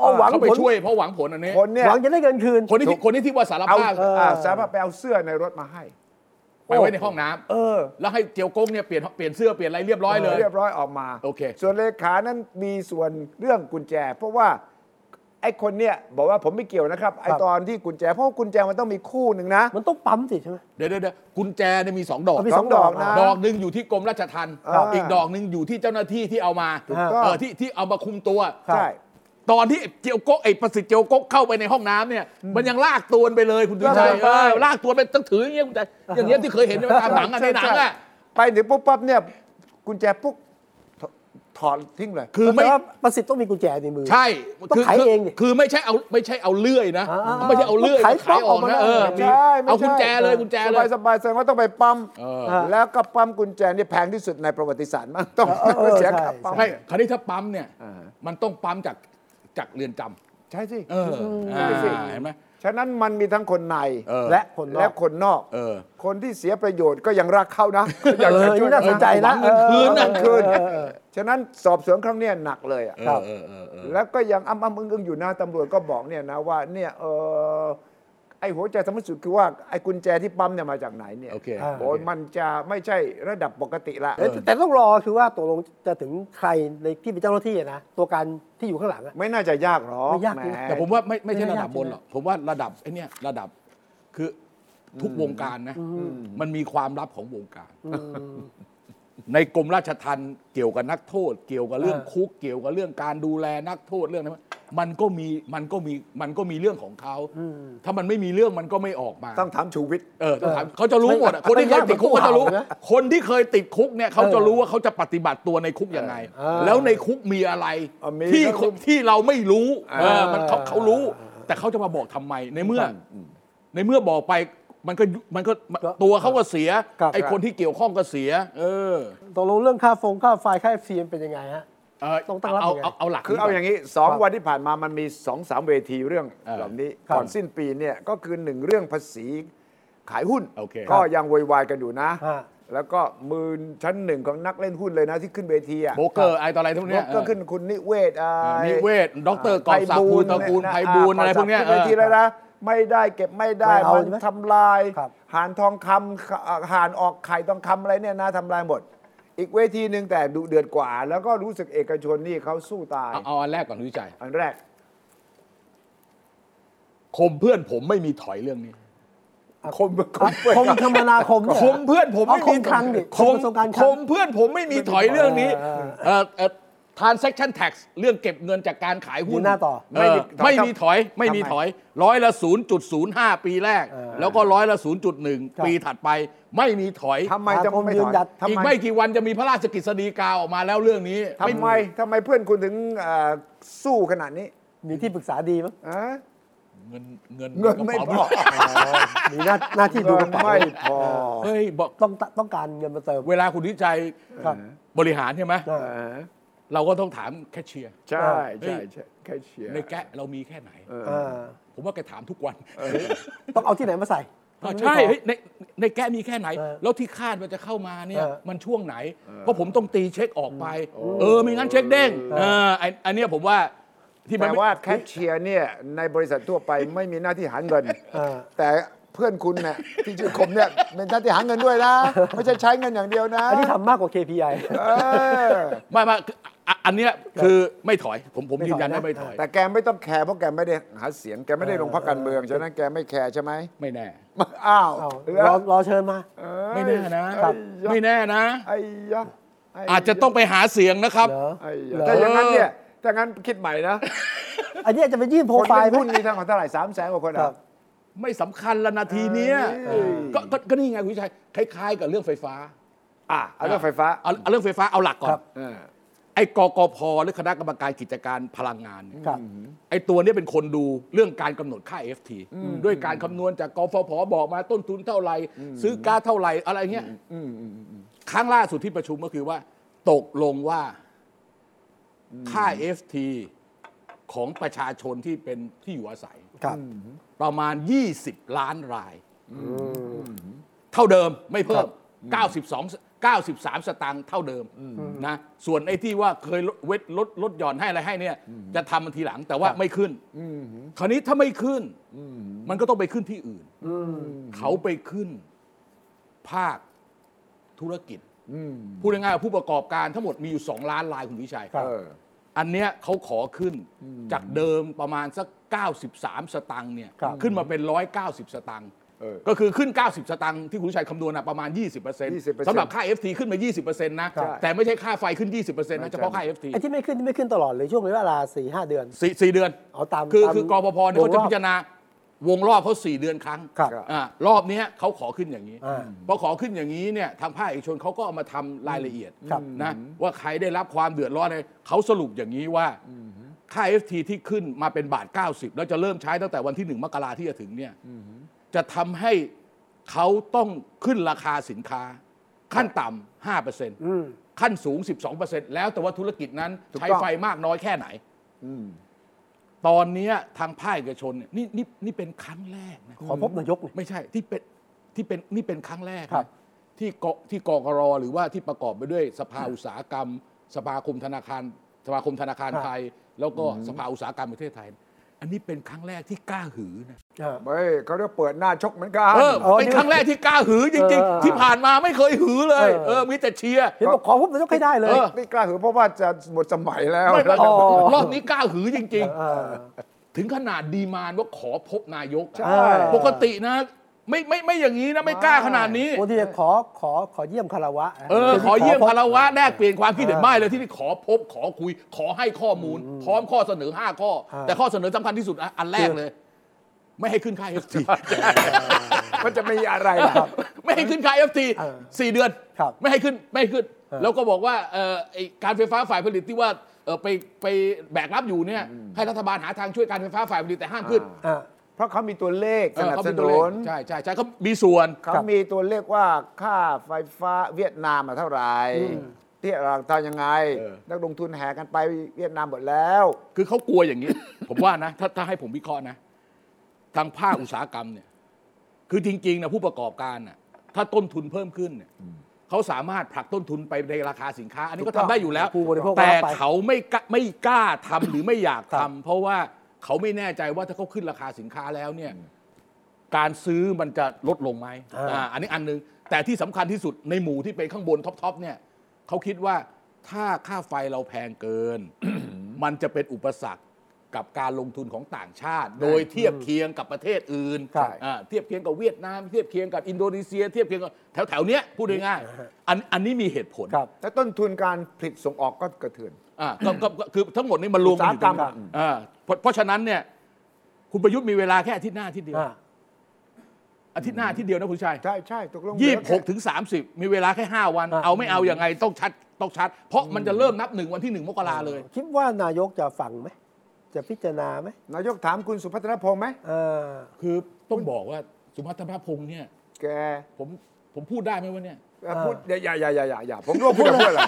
A: เอาหวัง
B: เขาไป
A: ผล
B: ช่วยเพราะหวังผลอันนี้
C: คนเนี่ย
A: หวังจะได้เงินคืน
B: คนที่คนที่ที่ว่าสาร
C: เอา
B: ภาพ
C: เอออ่าสามารถไปเอาเสื้อในรถมาให้
B: ไปไว้ในห้องน้ำ
C: เออ
B: แล้วให้เจียวกงเนี่ยเปลี่ยนเปลี่ยนเสื้อเปลี่ยนอะไรเรียบร้อยเลย
C: เรียบร้อยออกมา
B: โอเค
C: ส่วนเลขานั้นมีส่วนเรื่องกุญแจ เพราะว่าไอ้คนเนี่ยบอกว่าผมไม่เกี่ยวนะครับไอ้
A: ครับ
C: ตอนที่กุญแจเพราะว่ากุญแจมันต้องมีคู่หนึ่งนะ
A: มันต้องปั๊มสิใช่ไหม
B: เดี๋ยวเดี๋ยวเดี๋ยวกุญแจเนี่ยมีสองดอก
A: เอามี
C: สองดอกนะ
B: ดอกหนึ่งอยู่ที่กรมราชทัณฑ์
C: ครับ
B: อีกดอกหนึ่งอยู่ที่เจ้าหน้าที่ที่เอามา
C: ถูกต้อง
B: เออที่ที่เอามาคุมตัว
C: ใช่
B: ตอนที่เจียวกกไอ้ประสิทธิ์เจียวกกเข้าไปในห้องน้ำเนี่ย มันยังลากตัวนไปเลยคุณดูใจเออลากตัวนไปต้องถืออย่างเงี้ยคุณใจอย่างเงี้ยที่เคยเห็นในตามหนังอะในหนัง
C: ใช่
B: อะ
C: ไปถึงปุ๊บปั๊บเนี่ยกุญแจปุ๊บถถอดทิ้งเลย
B: คือไม่
A: แต่ว่าประสิทธิ์ต้องมีกุญแจในมือ
B: ใช่
A: ต้องไขเองดิ
B: คือไม่ใช่เอาไม่ใช่เอาเลื่อยนะ
A: อ่า
B: ไม่ใช่เอาเลื่อย
A: ต้องไข
B: นะไขออก
A: ปั๊บออกมา
B: นะเออ
A: ได้
B: มี
C: ใช่ไม่ใช่
B: เอากุญแจเลยกุญแจเลย
C: สบายๆแสดงว่าต้องไปปั๊ม
B: เออ
C: แล้วก็ปั๊มกุญแจนี่แพงที่สุดในประวัติศาสตร์มากต้องต้องเสียค่าปั๊ม
B: ใช่คราวนี้ถ้าปั๊มเนี่ย
C: อ่าฮะ
B: มันต้องปั๊มจากจากเรือนจำ
C: ใช่สิ
B: เออ
C: ใช่สิ
B: อ่าเห็นไหม
C: ฉะนั้นมันมีทั้งคนใน
B: เออ
C: และคนนอกและคนนอก
B: เออ
C: คนที่เสียประโยชน์ก็ยังรักเขานะก็อยาก
A: เอ
C: จะ
A: อ
C: ช่วย
A: นี่น่าสนใจนะ
B: หวังเงินคืนนะ
A: เออเอ
C: คืน
A: อเออ
C: ฉะนั้นสอบสวนครั้งเนี้ยหนักเลยอะ
B: เอ
A: ครับ
B: อเออเออเออ
C: แล้วก็ยังอ้ำอ้ำอึ้งอึ้งอยู่นะตำรวจก็บอกเนี่ยนะว่าเนี่ยเออไอหัวใจสำคัญสุดคือว่าไอกุญแจที่ปั๊มเนี่ยมาจากไหนเนี่ย
B: โอเค
A: อ่า
C: โอ้ยมันจะไม่ใช่ระดับปกติละ
A: เออแต่แต่ต้องรอคือว่าตกลงจะถึงใครในที่เป็นเจ้าหน้าที่อะนะตัวการที่อยู่ข้างหลังอะ
C: ไม่น่าจะยากหรอก
A: ไม่ยาก
C: แห
A: จริง
B: แต่ผมว่าไม่ไม่ใช่
A: ไม่ได้
B: ระดับบนหรอกผมว่าระดับไอ้เนี่ยระดับคือทุกวงการนะ มันมีความลับของวงการ ในกรมราชทัณฑ์เกี่ยวกับนักโทษ เกี่ยวกับเรื่อง
A: เออ
B: คุก เกี่ยวกับเรื่องการดูแลนักโทษเรื่องนั้นมันก็มีมันก็มีมันก็มีเรื่องของเขาถ้ามันไม่มีเรื่องมันก็ไม่ออกมา
C: ต้องถามชูวิทย์
B: เออต้องถามเขาจะรู้หมดอะ
A: ไม่
B: คนที่เคยติดคุก
A: ไม่
B: เขาจะรู้
A: นะ
B: คนที่เคยติดคุกเนี่ยเขา
A: เออ
B: จะรู้ว่าเขาจะปฏิบัติตัวในคุกยังไง
A: เออ
B: แล้วในคุกมีอะไร
C: เออมี
B: ที่
C: ครับ
B: ที่เราไม่รู้เออ
A: เออ
B: มันเขาเขารู้ แต่เขาจะมาบอกทำไมในเมื่อ ในเมื่อบอกไปมันก็ยุมันก็มัน
A: ก็
B: ตัวเขาก็เสีย
A: ครับ
B: ไอ้คนที่เกี่ยวข้องก็เสีย เออ
A: ตกลงเรื่องค่าฟงค่าไฟค่าเฟีมเป็นยังไงฮะ
B: เออ
A: ต้องตั้งรับ
B: เอา
A: ยังไง
B: เอาเอาหลัก
C: คือเอาอย่าง
B: นี้
C: นี้สอง
A: ครับ
C: วันที่ผ่านมามันมีสองสามเวทีเรื่อง
B: เออ
C: เหล่านี้
A: ครับ
C: ก่อนสิ้นปีเนี่ยก็คือหนึ่งเรื่องภาษีขายหุ้น
B: โอเค
C: ก็ยังโวยวายกันอยู่นะ
A: ฮะ
C: แล้วก็มือชั้นหนึ่งของนักเล่นหุ้นเลยนะที่ขึ้นเวทีอ่ะ
B: โบรกเกอร์ไอ้ต่ออะไรทุกเนี้ย
C: ก็ขึ้นคุณนิเวศน์อ่า
B: เออนิเวศน์ดรกอบศักดิ์ภูลตระกูลไพบูลย์อะไรพวกเนี้ย
C: ขึ้นเวที
B: เออ
C: แล้วนะไม่ได้เก็บไม่ได้
A: ไม่เอา
C: มัน
A: ใช่ไหม
C: ทำลาย
A: ครับ
C: หานทองคำหานออกไข่ทองคำอะไรเนี่ยนะทำลายหมด อีกเวทีหนึ่งแต่ดุเดือดกว่า แล้วก็รู้สึกเอกชนนี่เขาสู้ตาย
B: เอาเอาอันแรกก่อนคุณวิจัย
C: อันแรก
B: ข่มเพื่อนผมไม่มีถอยเรื่องนี้
C: คมคม
A: คมคมนาคมเนี่ย
B: คมเพื่อนผม
A: เอา
B: ไม่
A: ค
B: มี
A: มคลังดิ
B: คม
A: กระทรวงการคลัง
B: คมเพื่อนผมไม่มีถอยเรื่องนี้
A: เออ
B: เอ่อเอ่อ transaction tax เรื่องเก็บเงินจากการขายหุ้
A: ยื
B: น
A: นหน้าต่อ
B: เไม่มีถอยไม่มีถอย ร้อยละ 0.05 ปีแรก
A: เออ
B: แล้วก็ร้อยละ
A: ครับ
B: 0.1 ปีถัดไป ไม่มีถอย
C: ทำไมจะ
A: ค
C: ไม่ถ
A: มยื
C: อน ย
A: หยัด
C: ทำ
B: อีก
C: ไม
B: ไม่กี่วันจะมีพระราชกฤษฎีกาออกมาแล้วเรื่องนี้
C: ทำไมทำไมเพื่อนคุณถึงเอ่อสู้ขนาดนี้
A: มีที่ปรึกษาดีมั้ย
C: อะ
B: เงินเงิน
C: เงินไม่
B: กระ
C: พ
B: เป๋า
C: อ
A: มีหน้าหน้าที่ดู
C: เงิ
A: ก
C: น
A: ระเป๋า
C: ไม่พอ
B: เฮ้ยบอก
A: ต้องต้องการเงินมาเติม
B: เวลาคุณวิจัย
A: ครับ
B: บริหารใช่ไหม
A: เออ
C: เออ
B: เราก็ต้องถามแคชเชียร์
C: ใช่ใช่ใช่แค่เชียร์
B: ในแกะเรามีแค่ไหน
A: เออ
B: ผมว่าแกถามทุกวัน
A: ต้องเอาที่ไหนมาใส่
B: อ่ะใช่เฮ้ยในในแก้มีแค่ไหน
A: เออ
B: แล้วที่คาดว่าจะเข้ามาเนี่ย
A: เออ
B: มันช่วงไหน เพราะผมต้องตีเช็คออกไป เออไม่งั้นเช็คเด้งเออไอ้อันเนี้ยผมว่าที่มัน
C: แต่
B: ไม่
C: ว่าแคชเชียร์เนี่ยในบริษัททั่วไปไม่มีหน้าที่หาเงิน
A: เออ
C: แต่เพื่อนคุณเนี่ยที่ชื่อคมเนี่ยเป็นหน้าที่หาเงินด้วยนะ ไม่ใช่ใช้เงินอย่างเดียวนะ
A: อันนี้ทำมากกว่า KPI
C: เออ
B: ไม่ไม่คืออ่ะอันเนี้ยคือไม่ถอยผมผม
A: ไม่ถอย
B: ยืนยันได้
A: นะ
B: ไม่ถอย
C: แต่แกไม่ต้องแคร์เพราะแกไม่ได้หาเสียงแกไม่ได้ลงพรรคการเมืองฉะนั้นแกไม่แคร์ใช่ไหม
B: ไม่แน่
C: อ้าว
A: เอา
C: เหร
A: รอ
C: อ
A: รอเชิญมา
C: เอ้ย
B: ไม่แน่นะ
C: เอ้ย
B: ไม่แน่นะ
C: ไอ้ยะไย
B: อาจจะต้องไปหาเสียงนะครับ
A: เหรอ
C: ไอ้ยะถ้าอย่างนั้นเนี่ยถ้างั้นคิดใหม่ นะ
A: อันนี้อาจจะไปยื่นโปร
C: คน
A: ไฟล์ไหม
C: เล่นหุ้นนี่ทั้งของเท่าไหร่สามแสนกว่าคน
A: ครั
C: อ่ะ
A: บ
B: ไม่สำคัญละนาทีเนี้ย
C: เอ้ย
B: ก็ก็ก็นี่ไงคุณวิชัยคล้าย ๆ กับเรื่องไฟฟ้า
C: อ่ะเอาเรื่องไฟฟ้า
B: เอาเอาเรื่องไฟฟ้าเอาหลักก่อ
A: ครั
B: น
A: บ
C: เออ
B: ไอ้กกพหรือคณะกรรมการกิจการพลังงานเนี่ย
A: ครับ
B: ไอ้ตัวเนี้เป็นคนดูเรื่องการกำหนดค่า FT ด้วยการคำนวณจากกฟผบอกมาต้นทุนเท่าไหร่ ซื้อก๊าซเท่าไหร่ อะไรเงี้ยครั้งล่าสุดที่ประชุมก็คือว่า ตกลงว่าค่า FT ของประชาชนที่เป็นที่อยู่อาศัย
A: ครับ
B: ประมาณ 20 ล้านราย เท่าเดิมไม่เพิ่ม 92 93 สตางค์เท่าเดิมนะส่วนไอ้ที่ว่าเคยลดเวทลดลดหย่อนให้อะไรให้เนี่ย จะทำมันทีหลังแต่ว่าไม่ขึ้นคราวนี้ถ้าไม่ขึ้น มันก็ต้องไปขึ้นที่อื่น เขาไปขึ้นภาคธุรกิจพูดง่ายๆว่าผู้ประกอบการทั้งหมดมีอยู่ 2 ล้านรายคุณวิชัย
A: ครับ
B: อันเนี้ยเขาขอขึ้นจากเดิมประมาณสัก 93 สตังค์เนี่ย
A: ครับ
B: ขึ้นมาเป็น 190 สตังค์
C: เออ
B: ก็คือขึ้น 90 สตังค์ที่คุณชัยคำนวณนะประมาณ 20%
C: 20%
B: สำหรับค่า FT ขึ้นมา 20%นะ
A: ครับ
B: แต่ไม่ใช่ค่าไฟขึ้น 20%นะเฉพาะค่า FT
A: ไอ้ที่ไม่ขึ้นที่ไม่ขึ้นตลอดเลยช่วงเวลาสี่ห้าเดือน
B: สี่สี่เดือน
A: เอาตาม
B: คือ
A: ตาม
B: คือกรปภเนี่ยเขาจะพิจารณาวงรอบเขาสี่เดือนครั้ง
A: ครับ
B: อ่ารอบเนี้ยเขาขอขึ้นอย่างนี้
A: อ่า
B: พอขอขึ้นอย่างนี้เนี่ยทางภาคเอกชนเขาก็เอามาทำรายละเอียด
A: ครับ
B: นะว่าใครได้รับความเดือดร้อนอะไรเขาสรุปอย่างนี้ว่าค่า FT ที่ขึ้นมาเป็นบาท 90 แล้วจะเริ่มใช้ตั้งแต่วันที่หนึ่งมกราที่จะถึงเนี่ยจะทำให้เขาต้องขึ้นราคาสินค้า ขั้นต่ำห้าเปอร์เซ็นต์
A: ม
B: ขั้นสูง 12%แล้วแต่ว่าธุรกิจนั้น
C: ถูก
B: ใช้
C: ต้อง
B: ไฟมากน้อยแค่ไหน
C: อืม
B: ตอนเนี้ยทางภาคเอกชนเนี่ยนี่นี่นี่เป็นครั้งแรกนะ
A: ขอพบนายกหน่อย
B: ไม่ใช่ที่เป็นที่เป็นนี่เป็นครั้งแรกนะครับ ที่กที่กกรหรือว่าที่ประกอบไปด้วยสภาอุตสาหกรรม สภาคมธนาคารสภาคมธนาคาร
A: ครับ
B: ไทย แล้วก็สภาอุตสาหกรรมประเทศไทย อันนี้เป็นครั้งแรกที่กล้าหือนะ
A: อ่า
C: เฮ้ยเขาเรียกเปิดหน้าชกเหมือนกัน
B: เออ
A: อ๋อ
B: เป็นครั้งแรกที่กล้าหือจริง
A: เออ
B: ๆ ที่ผ่านมาไม่เคยหือเลย
A: เออ
B: เออมีแต่เชียร์
A: เห็นบอกขอพบนายกให้ได้เลย
B: เออ
C: ไม่กล้าหือเพราะว่าจะหมดสมัยแล้ว
B: ไม่ไม่
A: อ๋อ
B: รอบนี้กล้าหือจริง
A: เออ
B: ๆ ถึงขนาดดีมานด์ว่าขอพบนายกอะ
C: ใช่
A: เออ
B: ปกตินะ ไม่ไม่ไม่อย่างนี้นะไม่กล้าขนาดนี้
A: โอ้ที่จะขอขอขอเยี่ยมคารวะ
B: เออ ขอเยี่ยม
A: พบ
B: คารวะแลกเปลี่ยนความคิดเห็นไม่เลยที่นี่ขอพบขอคุย ขอให้ข้อมูล พร้อมข้อเสนอ 5 ข้อ
A: อ่า
B: แต่ข้อเสนอสำคัญที่สุดอ่ะอันแรกเลย ไม่ให้ขึ้นค่า FT
C: มันจะไม่มีอะไรล่ะ
B: ไม่ให้ขึ้นค่า FT
A: เออ
B: สี่เดือน
A: ครับ
B: ไม่ให้ขึ้นไม่ให้ขึ้น
A: เออ
B: แล้วก็บอกว่าเอ่อไอ้การไฟฟ้าฝ่ายผลิตที่ว่าเอ่อไปไปแบกรับอยู่เนี่ยให้รัฐบาลหาทางช่วยการไฟฟ้าฝ่ายผลิตแต่ห้ามขึ้น
A: อ่า
C: เพราะเขามีตัวเลข
B: เอ
C: ส
B: อ
C: นับ
B: เขา
C: ส
B: มีตัว
C: นุ
B: เลข
C: น
B: ใช่ใช่ใช่เขามีส่วน
C: เขา
A: ครับ
C: มีตัวเลขว่าค่าไฟฟ้าเวียดนามอะเท่าไหร่ที่เราทำยังไง
B: เออ
C: นักลงทุนแห่กันไปเวียดนามหมดแล้ว
B: คือเขากลัวอย่างนี้ ผมว่านะถ้าถ้าให้ผมวิเคราะห์นะ ทางภาคอุตสาหกรรมเนี่ย คือจริงๆนะผู้ประกอบการน่ะถ้าต้นทุนเพิ่มขึ้นเนี่ยเขาสามารถผลักต้นทุนไปในราคาสินค้า อันนี้ก็
A: ถูกต้
B: ทำ
A: อง
B: ได้อยู่แล้ว
A: ผู้บริโภคก็
B: แต่
A: รับไป
B: เขาไม่กล้าไม่กล้าทำหรือไม่อยาก
A: ครับ
B: ทำเพราะว่าเขาไม่แน่ใจว่าถ้าเขาขึ้นราคาสินค้าแล้วเนี่ย การซื้อมันจะลดลงไหม
A: อ่า
B: อ่าอันนี้อันหนึง แต่ที่สำคัญที่สุดในหมู่ที่เป็นข้างบนท็อปๆเนี่ยเขาคิดว่าถ้าค่าไฟเราแพงเกิน มันจะเป็นอุปสรรค กับการลงทุนของต่างชาติ โดยเทียบเคียงกับประเทศอื่น
A: ใช่
B: อ่าเทียบเคียงกับเวียดนาม เทียบเคียงกับอินโดนีเซีย เทียบเคียงกับแถวแถวๆเนี้ยพูดง่ายๆอันอันนี้มีเหตุผล
A: ครับ
C: และต้นทุนการผลิตส่งออกก็กระเทือน
B: อ่าก็ก็ก็คือทั้งหมดนี้มันรวมกันอยู่ตรง
C: อุตสาหกรร
B: นี้
C: ม
B: อ่าเพราะเพราะฉะนั้นเนี่ยคุณประยุทธ์มีเวลาแค่อาทิตย์หน้าอาทิตย์เดียว
A: อ่า
B: อาทิตย์หน้าอาทิตย์เดียวนะคุณชัย
C: ใช่ใช่ตกลง
B: ยี่
C: เลือแค่
B: หกถึงสามสิบมีเวลาแค่ห้าวัน
A: อ่ะ
B: เอาไม่เอายังไงต้องชัดต้องชัด เพราะมันจะเริ่มนับหนึ่งวันที่หนึ่งมกราเลย
A: คิดว่านายกจะฟังไหม จะพิจารณาไหม
C: นายกถามคุณสุพัฒนพงษ์ไหม
A: เออ
B: คือต้องบอกว่าสุพัฒนพงษ์เนี่ย
C: แก
B: ผมผมพูดได้ไหมวะเนี่ย
C: เอ่อพูดอย่าอย่าอย่าอย่าอย่าอย่าผมรู้ว่าคุณจะพูดอะไร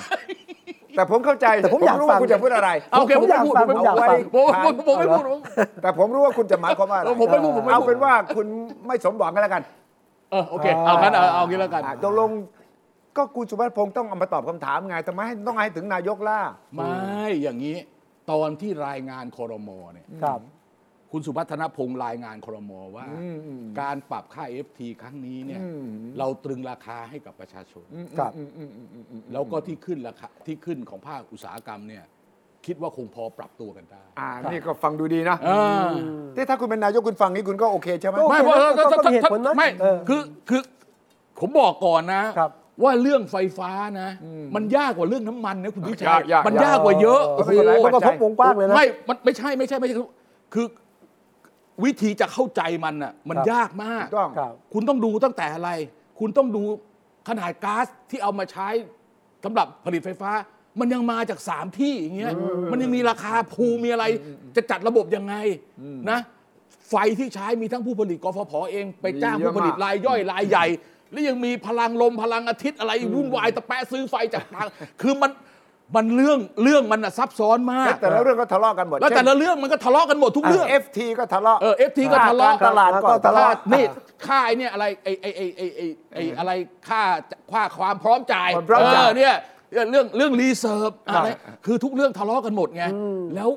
C: แต่ผมเข้าใจ
A: แต่ผมอยาก
C: รู้
A: ฟั
C: ว่าง คุณจะพูดอะไร
B: เอาโอเค
A: ผมอยาก
B: ผมไม่
A: ฟังผมอ
B: พูด
A: ยากฟัง
B: ผม
C: ผ่าน
B: ผมผมไม่พูดผม
C: แต่ผมรู้ว่าคุณจะหมายความว่าอะไร
B: เออผมไม่พูดผมไม่พูด
C: เอาเป็นว่าคุณไม่สมหวังกันแล้วกัน
B: เออโอเคเอางั้นเอาเอางี้แล้วกัน
C: อ่ะตกลงก็คุณสุพัฒนพงษ์ต้องเอามาตอบคำถามไงทำไมให้ต้องให้ถึงนายกล่ะ
B: ไม่อย่างนี้ ตอนที่รายงานคอรมอเนี่ย
A: ครับ
B: คุณสุพัฒนพงษ์รายงานคอรมอว่า การปรับค่า FT ครั้งนี้เนี่ย
C: อืม
B: เราตรึงราคาให้กับประชาชน
A: ครับ
B: แล้วก็ที่ขึ้นราคาที่ขึ้นของภาคอุตสาหกรรมเนี่ยคิดว่าคงพอปรับตัวกันได้
C: อ่านี่ก็ฟังดูดีนะ
B: อ่า
C: ที่ถ้าคุณเป็นนายกคุณฟังนี้คุณก็โอเคใช่ไหม
A: ก็
B: ไม่
A: โอ
B: เพ
A: เคนะ
B: ราะ
A: ก็ก็มีเหตุผลนะ
B: ไม่
A: เออ
B: คือคือผมบอกก่อนนะ
A: ครับ
B: ว่าเรื่องไฟฟ้านะ มันยากกว่าเรื่องน้ำมันนะคุณวิชั
C: ยากยาก
B: มัน
C: ยาก
B: ยากกว่าเยอะ
A: เออ
B: โอ้โห
C: ไม่
A: มันก
C: เป็นไร
A: ระทบวงกว้างเลยนะ
B: ไม่มันไม่ใช่ไม่ใช่ไม่ใช่คือคือวิธีจะเข้าใจมันอ่ะมัน
A: ครับ
B: ยากมาก
C: ถูกต้อง
A: ครับ
B: คุณต้องดูตั้งแต่อะไร คุณต้องดูขนาดก๊าซที่เอามาใช้สำหรับผลิตไฟฟ้า มันยังมาจาก 3 ที่อย่างเงี้ย มันยังมีราคาภูมิมีอะไร จะจัดระบบยังไงนะ ไฟที่ใช้มีทั้งผู้ผลิตกฟผเอง ไปจ้าง
C: มีเยอะ
B: ผู้ผลิต
C: มาก
B: รายย่อยรายใหญ่ และยังมีพลังลมพลังอาทิตย์อะไรวุ่นวายตะแปะซื้อไฟจากทาง คือมันมันเรื่องเรื่องมันอะซับซ้อนมา
C: และ
B: ก
C: แต่ละเรื่องก็ทะเลาะกันหมด
B: แล้วแต่ละเรื่องมันก็ทะเลาะกันหมดทุก
C: เรื่
B: เรื่
C: อ
B: อง ง
C: เอฟทีก็ทะเลาะ
B: เออ FT ก็ทะเลาะ
C: ตลาดก็
A: ต
C: ทะ
A: ลา
C: เลาะ
A: ด
B: ค่นี่ค่าไอ้เนี่ยอะไรไอ้ไอ้ไอ้ไอ้ไอ้ไอ้อะไรค่าค่าความพร้อมจ่าย
C: ความพร้อมจ่าย
B: เเนี่ยเรื่องเรื่องรีเซิร์ฟอะไรคือทุกเรื่องทะเลาะกันหมดไง แล้ว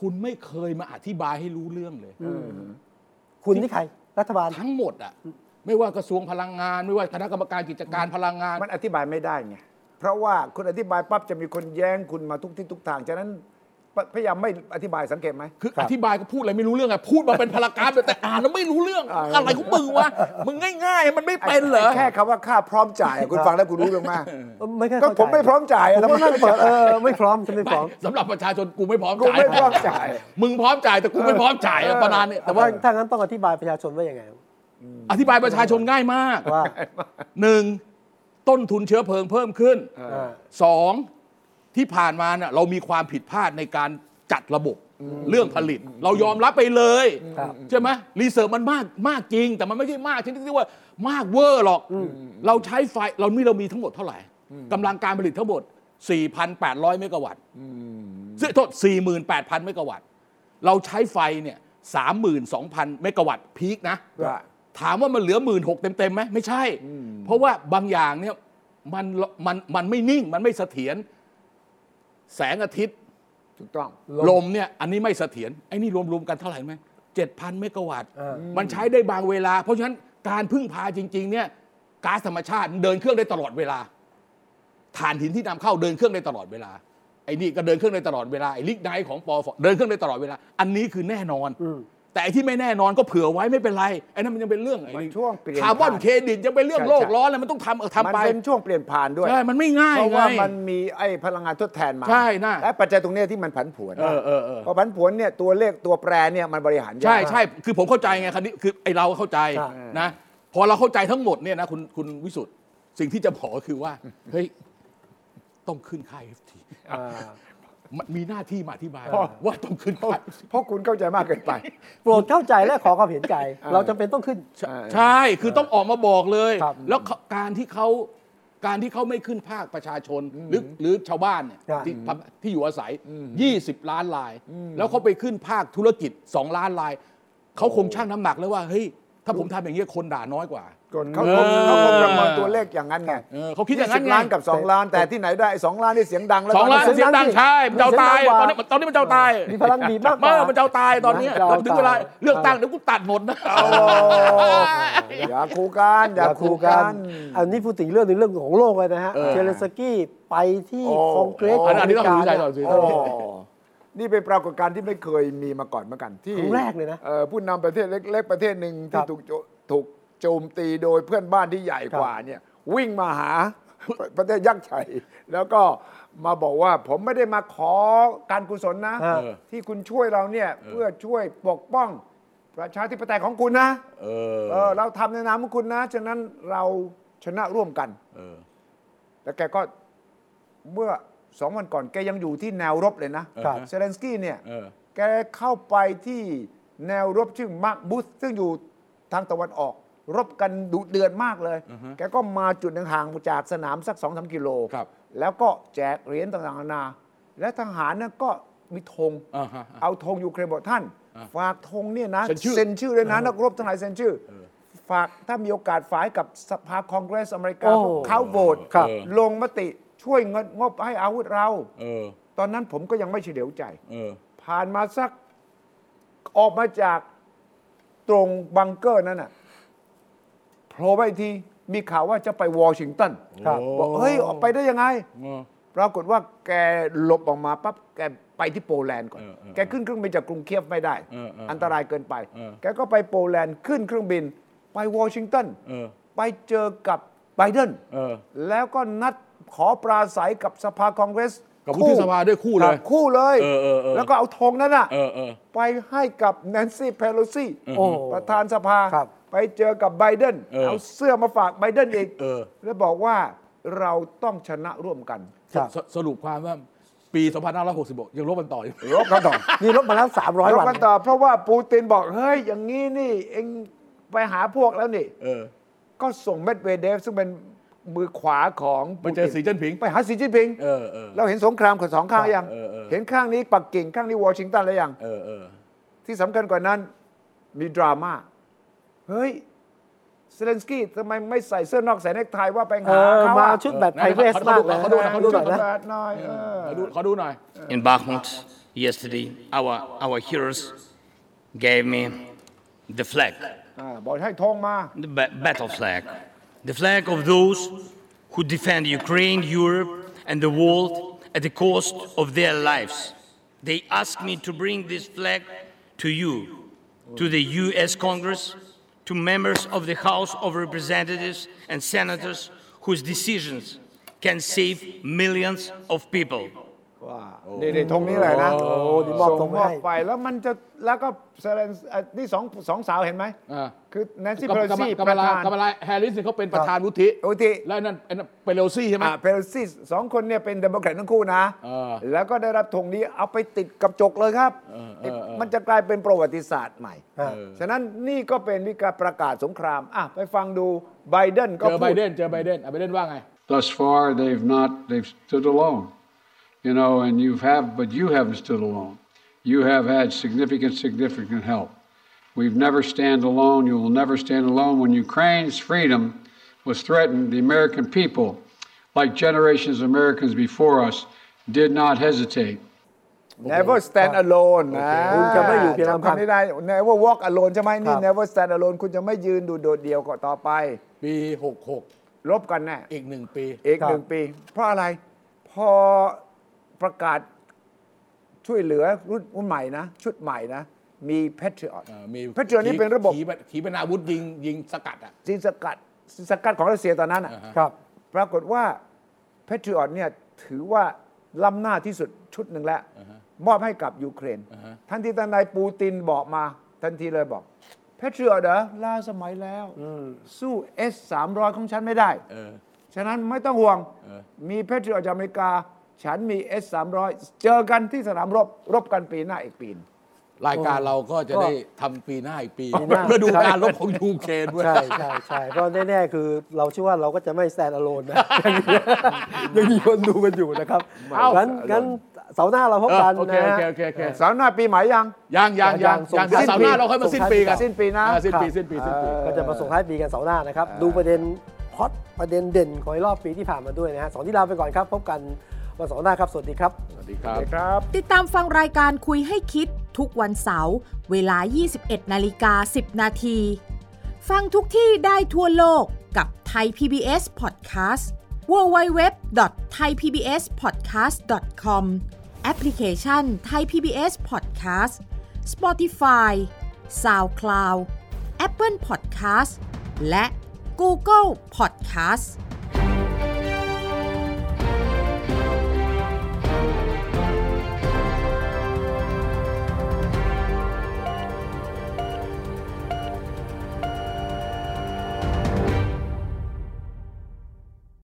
B: คุณไม่เคยมาอธิบายให้รู้เรื่องเลย
A: คุณที่ใคร รัฐบาล
B: ทั้งหมดอ่ะไม่ว่ากระทรวงพลังงาน ไม่ว่าคณะกรรมการกิจการพลังงาน
C: มันอธิบายไม่ได้ไง เพราะว่าคุณอธิบายปั๊บจะมีคนแย้งคุณมาทุกที่ทุกทาง ฉะนั้นพพยายามไม่อธิบายสังเกตไหม
B: คืออธิบายก็พูดอะไรไม่รู้เรื่องอะพูดมาเป็นพารากราฟเลยแต่อ่านแล้วไม่รู้เรื่อง อะไรของมึงวะมึงง่าย ๆ มันไม่เป็นเหรอ
C: แค่คำว่าค่าพร้อมจ่ายอะคุณฟังแล้วคุณรู้เรื่องมาก
A: ไม่ค่อย
C: ก็
A: เข้าใจ
C: ผมไม่พร้อมจ่าย
A: ผ
C: อะ
A: ม
C: แล้ว
A: ก็
C: มัน
A: นั่
C: ไม่
A: ง
C: พร้
A: เปิด
C: อมจ่าย
A: เออไม่พร้อมฉันไม่พร้อม
B: สำหรับประชาชนกูไม่พร้อมจ่าย
C: กูไม่พร้อมจ่าย
B: มึงพร้อมจ่ายแต่กูไม่พร้อมจ่ายอะประมาณนี้
A: แต่
B: แต่
A: ว่า
B: ว่า
A: ถ้างั้นต้องอธิบายประชาชนว่ายังไง
B: อธิบายประชาชนง่ายมาก
A: ว่า
B: หนึ่งต้นทุนเชื้อเพลิงเพิ่มขึ้น
A: อ่า
B: สองที่ผ่านมาเนี่ยเรามีความผิดพลาดในการจัดระบบเรื่องผลิต เรายอมรับไปเลย
A: ครับ
B: ใช่ไหมรีเสิร์ฟมันมากมากจริง แต่มันไม่ใช่มากชนิดที่ว่ามากเวอร์หรอก เราใช้ไฟเรานี่เรามีทั้งหมดเท่าไหร่กำลังการผลิตทั้งหมด 4,800 เมกะวัตต์ซึ่งโทษ48,000 เมกะวัตต์ เราใช้ไฟเนี่ย32,000 เมกะวัตต์พีคนะ
C: ครับ
B: ถามว่ามันเหลือหมื่นหกเต็มๆไหมไม่ใช่ เพราะว่าบางอย่างเนี่ยมันมันมันไม่นิ่งมันไม่เสถียรแสงอาทิตย์
C: ถูกต้อง
B: ลมเนี่ยอันนี้ไม่เสถียรไอ้นี่รวมๆกันเท่าไหร่ไหมเจ็ดพันเมกะวัตต์
A: อ่า
B: มันใช้ได้บางเวลา เพราะฉะนั้นการพึ่งพาจริง ๆ เนี่ยก๊าซธรรมชาติเดินเครื่องได้ตลอดเวลาถ่านหินที่นำเข้าเดินเครื่องได้ตลอดเวลาไอ้นี่ก็เดินเครื่องได้ตลอดเวลาไอ้ลิกไนท์ของปอฟเดินเครื่องได้ตลอดเวลา อันนี้คือแน่นอน
A: อืม
B: แต่ไอ้ที่ไม่แน่นอนก็เผื่อไว้ไม่เป็นไรไอ้นั่นมันยังเป็นเรื่องไอ้
C: มันช่วงเปลี่ยน
B: คาร์บอน
C: ผ่าน
B: เครดิตยังเป็นเรื่อง
C: ใช่
B: โลกร้อนเลยมันต้องทำเออ
C: มัน
B: ทำไป
C: เป็นช่วงเปลี่ยนผ่านด้วย
B: ใช่มันไม่ง่าย
C: เพราะ
B: ไง
C: ว่ามันมีไอ้พลังงานทดแทนมา
B: ใช่น่ะ
C: และปัจจัยตรงเนี้ยที่มันผันผวน
B: เออเออเออ
C: พอผันผวนเนี่ยตัวเลขตัวแปรเนี่ยมันบริหารยาก
B: ใช่ใช่คือผมเข้าใจไงคันนี้คือไอ้เราเข้าใจ
A: ใช่
B: นะพอเราเข้าใจทั้งหมดเนี่ยนะคุณคุณวิสุทธ์สิ่งที่จะบอกก็คือว่าเฮ้ยต้องขึ้นค่า FT
A: อ่า
B: มันมีหน้าที่มาอธิบาย
C: พ่อ
B: ว่าต้องขึ้นค่า
C: เพราะคุณเข้าใจมากเกินไป
A: โปรดเข้าใจและขอความเห็นใจ เราจำเป็นต้องขึ้น
B: ใช่คือต้องออกมาบอกเลย
A: ครับ
B: แล้วเขาการที่เขาการที่เขาไม่ขึ้นภาคประชาชนหรือหรือชาวบ้านเนี่ย
A: อ่า
B: ที่ทำที่อยู่อาศัย 20 ล้านลาย แล้วเขาไปขึ้นภาคธุรกิจ 2 ล้านลาย เขาคงชั่งน้ำหนักแล้วว่า เฮ้ย ถ้าผมทำอย่างนี้ยคนด่าน้อยกว่า
C: คนเขาคงเขาคงประเมินตัวเลขอย่างนั้นไง
B: เออเขาคิดอย่างนั้นไง
C: 20ล้านกับ 2 ล้าน แต่ที่ไหนได้ไอ้สองล้านนี่เสียงดังแล้ว
B: สองล้าน
C: ต
B: เสียงดังใช่มันจะเอาตาย
A: เสียงดังกว่า
B: ตอนนี้ตอนนี้มันจะเอาตาย
A: มีพลังบีบมากกว่า
B: เออมันจะเอาตายตอนเนี้ย
A: มันจะเอาตาย
B: ถึงเวลาเลือกตั้งเดี๋ยวกูตัดหมดนะ
C: อย่าคูกัน
A: อย่
C: อา
A: ย่า
C: คู
A: คู
C: กั
A: กัน น อันนี้พูดถึงเรื่องหนึ่งเรื่องของโลกเลยนะฮะ
B: เออ
A: เชเลนสกี้ไปที่
C: โอ้
A: คองเกรส
B: อันนี้ต้องรู้ใจต่อสิ
C: โอ้ นี่เป็นปรากฏการณ์ที่ไม่เคยมีมาก่อนเหมือนกันที่
A: ครั้งแรกเลยนะ
C: อ่อผู้นำประเทศเล็กๆประเทศหนึ่ง
A: ครั
C: ที่
A: บ
C: ถูกโจถูกโจมตีโดยเพื่อนบ้านที่ใหญ่กว่าเนี่ยวิ่งมาหา ประประเทศยักษ์ใหญ่แล้วก็มาบอกว่าผมไม่ได้มาขอการกุศลนะ
A: เออ
C: ที่คุณช่วยเราเนี่ยเพื่อช่วยปกป้องประชาธิปไตยของคุณนะ
B: เออ
C: เออเราทำในนามของคุณนะ ฉะนั้นเราชนะร่วมกัน
B: เออ
C: แล้วแกก็เมื่อสองวันก่อนแกยังอยู่ที่แนวรบเลยนะ
A: ครับ
C: เซเลนสกี้เนี่ย
B: เออ
C: แกเข้าไปที่แนวรบชื่อมาร์กบุสซึ่งอยู่ทางตะวันออก รบกันดุเดือดมากเลย แกก็มาจุดหนึ่งห่างจากสนามสักสองสากิโล
B: ครับ
C: แล้วก็แจกเหรียญต่างๆนานา และทหารน่ะก็มีธง
B: อ่าฮะ
C: เอาธงยูเครนบอกท่าน ฝากธงเนี่ยนะ
B: เซ็นชื่อ
C: อเลยนะนักรบทั้งหลายเซ็นชื่อ ฝากถ้ามีโอกาสฝ่ายกับสภาคอนเกรสอเมริกา
A: โอ้
C: เขาโหวต
A: ครับ
C: ลงมติช่วยงดงบให้อาวุธเรา
B: เออ
C: ตอนนั้นผมก็ยังไม่เฉลียวใจ
B: เออ
C: ผ่านมาสักออกมาจากตรงบังเกอร์นั้นน่ะโผล่ไปอีกทีมีข่าวว่าจะไปวอชิงตัน
A: ครับ
C: บอกเฮ้ย ออกไปได้ยังไง
B: เออ
C: ปรากฏว่าแกหลบออกมาปั๊บแกไปที่โปแลนด์ก่อน
B: เออเออ
C: แกขึ้นเครื่องบินจากกรุงเคียฟไม่ได้
B: เออเอออั
C: อันตรายเกินไป
B: เออ
C: แกก็ไปโปแลนด์ขึ้นเครื่องบิน ไปวอชิงตัน
B: เออ
C: ไปเจอกับไบเดน
B: เออ
C: แล้วก็นัดขอปราศัยกับสภาคอนเกรส
B: กับวุฒิสภาด้วยคู่เลย
C: รับคู่เลย
B: เออเออเออ
C: แล้วก็เอาธงนั้นอ่ะ
B: เออเออ
C: ไปให้กับแนนซี่เพโลซี่
A: โอ้
C: ประธานสภา
A: ครับ
C: ไปเจอกับไบเดน
B: เออ
C: เอาเสื้อมาฝากไบเดนอีก
B: เออ
C: แล้วบอกว่าเราต้องชนะร่วมกัน
A: ครับ
B: สสรุปความว่าปี 2566 ยังลบกันต่ออยู่
A: ลบกันต่อนี่ลบมาแล้ว300
C: ยก
A: วัน
C: กันต่อเพราะว่าปูตินบอก เฮ้ย อย่างนี้นี่ เองไปหาพวกแล้วนี่
B: เออ
C: ก็ส่งเมดเวเดฟ ซึ่งเป็นมือขวาของ
B: ไปเจอสีเจิ้นผิง
C: ไปหาสีจิ้นผิง
B: เออเออ
C: เราเห็นสงครามของสองข้างยัง
B: เออเออ
C: เห็นข้างนี้ปักกิ่งข้างนี้วอชิงตันแล้วยัง
B: เออเออ
C: ที่สำคัญกว่านั้นมีดราม่าเฮ้ยเซเลนสกี้ทำไมไม่ใส่เสื้อนอกใส่เนคไทว่าไป
A: เอ
C: หา
A: อ
C: เขา
A: มา
C: อะ
A: ชุดแบบไทเวส
B: เออ
A: มากเลย
B: เขาดูหน่อยเขาดูหน่อย
A: นะ
C: หน่อยเออ
B: ขอดูขอดูหน่อย
G: in Bakhmut yesterday, our, our heroes gave me the flag,
C: อ่าบอกให้ทงมา
G: the ba- battle flag, the flag of those who defend Ukraine, Europe, and the world at the cost of their lives. They asked me to bring this flag to you, to the US Congress, to members of the House of Representatives and senators whose decisions can save millions of people.
C: ว่านี่นี่ธงนี้แหละนะ
A: โอ้โหนี่มอบ
C: ส่
A: ธงให้
C: ไปแล้วมันจะแล้วก็เซเลนส์อ่ะนี่สองสองสาวเห็นไหม
B: อ่า
C: คือแนนซี่
B: กั
C: เพโล
B: กั
C: ซี่
B: กั
C: ป
B: ม
C: ระ
B: ลา
C: ธาน
B: กัมลาแฮร์ริสเนี่ยเขาเป็นประธานวุฒิ
C: โอติ
B: แล้วไอ้นั่นไอ้นั่นเปโลซี่ใช่ไหม
C: เพโลซี่สองคนเนี่ยเป็นเดโมแครตทั้งคู่นะ
B: เออ
C: แล้วก็ได้รับธงนี้เอาไปติดกับจกเลยครับ
B: เออเออเออ
C: มันจะกลายเป็นประวัติศาสตร์ใหม่
A: เออ
C: ฉะนั้นนี่ก็เป็นวิการประกาศสงครามอ่ะไปฟังดูไบเดนก็
B: เจอไบ
C: พูด
B: เดนเจอไบเดนอ่ะไบเดนว่าไง
H: thus far they've not they've stood alone you know and you have but you haven't stood alone you have had significant significant help we've never stand alone you will never stand alone when ukraine's freedom was threatened the american people like generations of americans before us did not hesitate
C: Never stand alone นะ
A: คุณจะไม่อยู่เพียงลำพัง
C: จำคำนี้ได้ Never walk alone ใช่ไหมนี่ Never stand alone คุณจะไม่ยืนดูโดดเดี่ยวก็ต่อไป
B: ปี 66
C: ลบกันแน่
B: อีกหนึ่งปี
C: อีก
A: ครับ
C: หนึ่งปี เพราะอะไร พอประกาศช่วยเหลือรุ่นใหม่นะ ชุดใหม่นะ มี Patriot
B: เอ่อมี
C: Patriot นี่เป็นระบบ
B: ขีปขีปนาวุธยิงยิงสกัดอ่ะ
C: สินสกัดสินสกัดของรัสเซียตอนนั้นอ่ะ
A: ครับ
C: ปรากฏว่า Patriot เนี่ยถือว่าล้ำหน้าที่สุดชุดหนึ่งแล้ว มอบให้กับยูเครน ทันทีทันใดปูตินบอกมา ทันทีเลยบอก Patriot เหรอล่าสมัยแล้ว สู้ S 3 0 0ของฉันไม่ได้ ฉะนั้นไม่ต้องห่วง มี Patriot จากอเมริกา ฉันมี S 3 0 0เจอกันที่สนามรบ รบกันปีหน้าอีกปีนง
B: รายการเราก็จะได้ทำปีหน้าอีกปี
A: ปีหน้า
B: เพื่อดูการลบของยูเครนด้วย
A: ใช่ใช่ใช่เพราะแน่ๆคือเราเชื่อว่าเราก็จะไม่แซนอโลน นะยังมี ยังมีคนดูกันอยู่นะครับงั้นงั้นเสาร์หน้าเราพบ
B: เออ
A: กัน
B: โอเค
A: นะ
B: โอ
A: ฮะ
B: เคโอเคโอเค
C: สามหน้าปีใหม่ยัง
B: ยังยัง
A: ยั
B: ยัง
A: ง
B: ยัง
A: ส่ง
B: เดี๋ยวเสาร์หน้า
A: สิ้นปี
B: เราค่อยมาสิ้นปีกัน
C: สิ้นปีนะ
B: อ่าสิ้นปี
A: ครับ
B: สิ้นปีสิ้นปี
A: ก็จะมาส่งท้ายปีกันเสาร์หน้านะครับ ดูประเด็นฮอตประเด็นเด่นของรอบปีที่ผ่านมาด้วยนะฮะสองที่ลาไปก่อนครับ พบกันวันเสาร์หน้าครับ สวัสดีครับ
B: สวัสดีครับ
C: ครับ
I: ติดตามฟังรายการคุยให้คิดทุกวันเสาร์เวลา 21 นาฬิกา 10 นาที ฟังทุกที่ได้ทั่วโลกกับ ไทย PBS Podcast www.thaipbspodcast.com แอปพลิเคชันไทย PBS Podcast Spotify SoundCloud Apple Podcast และ Google Podcast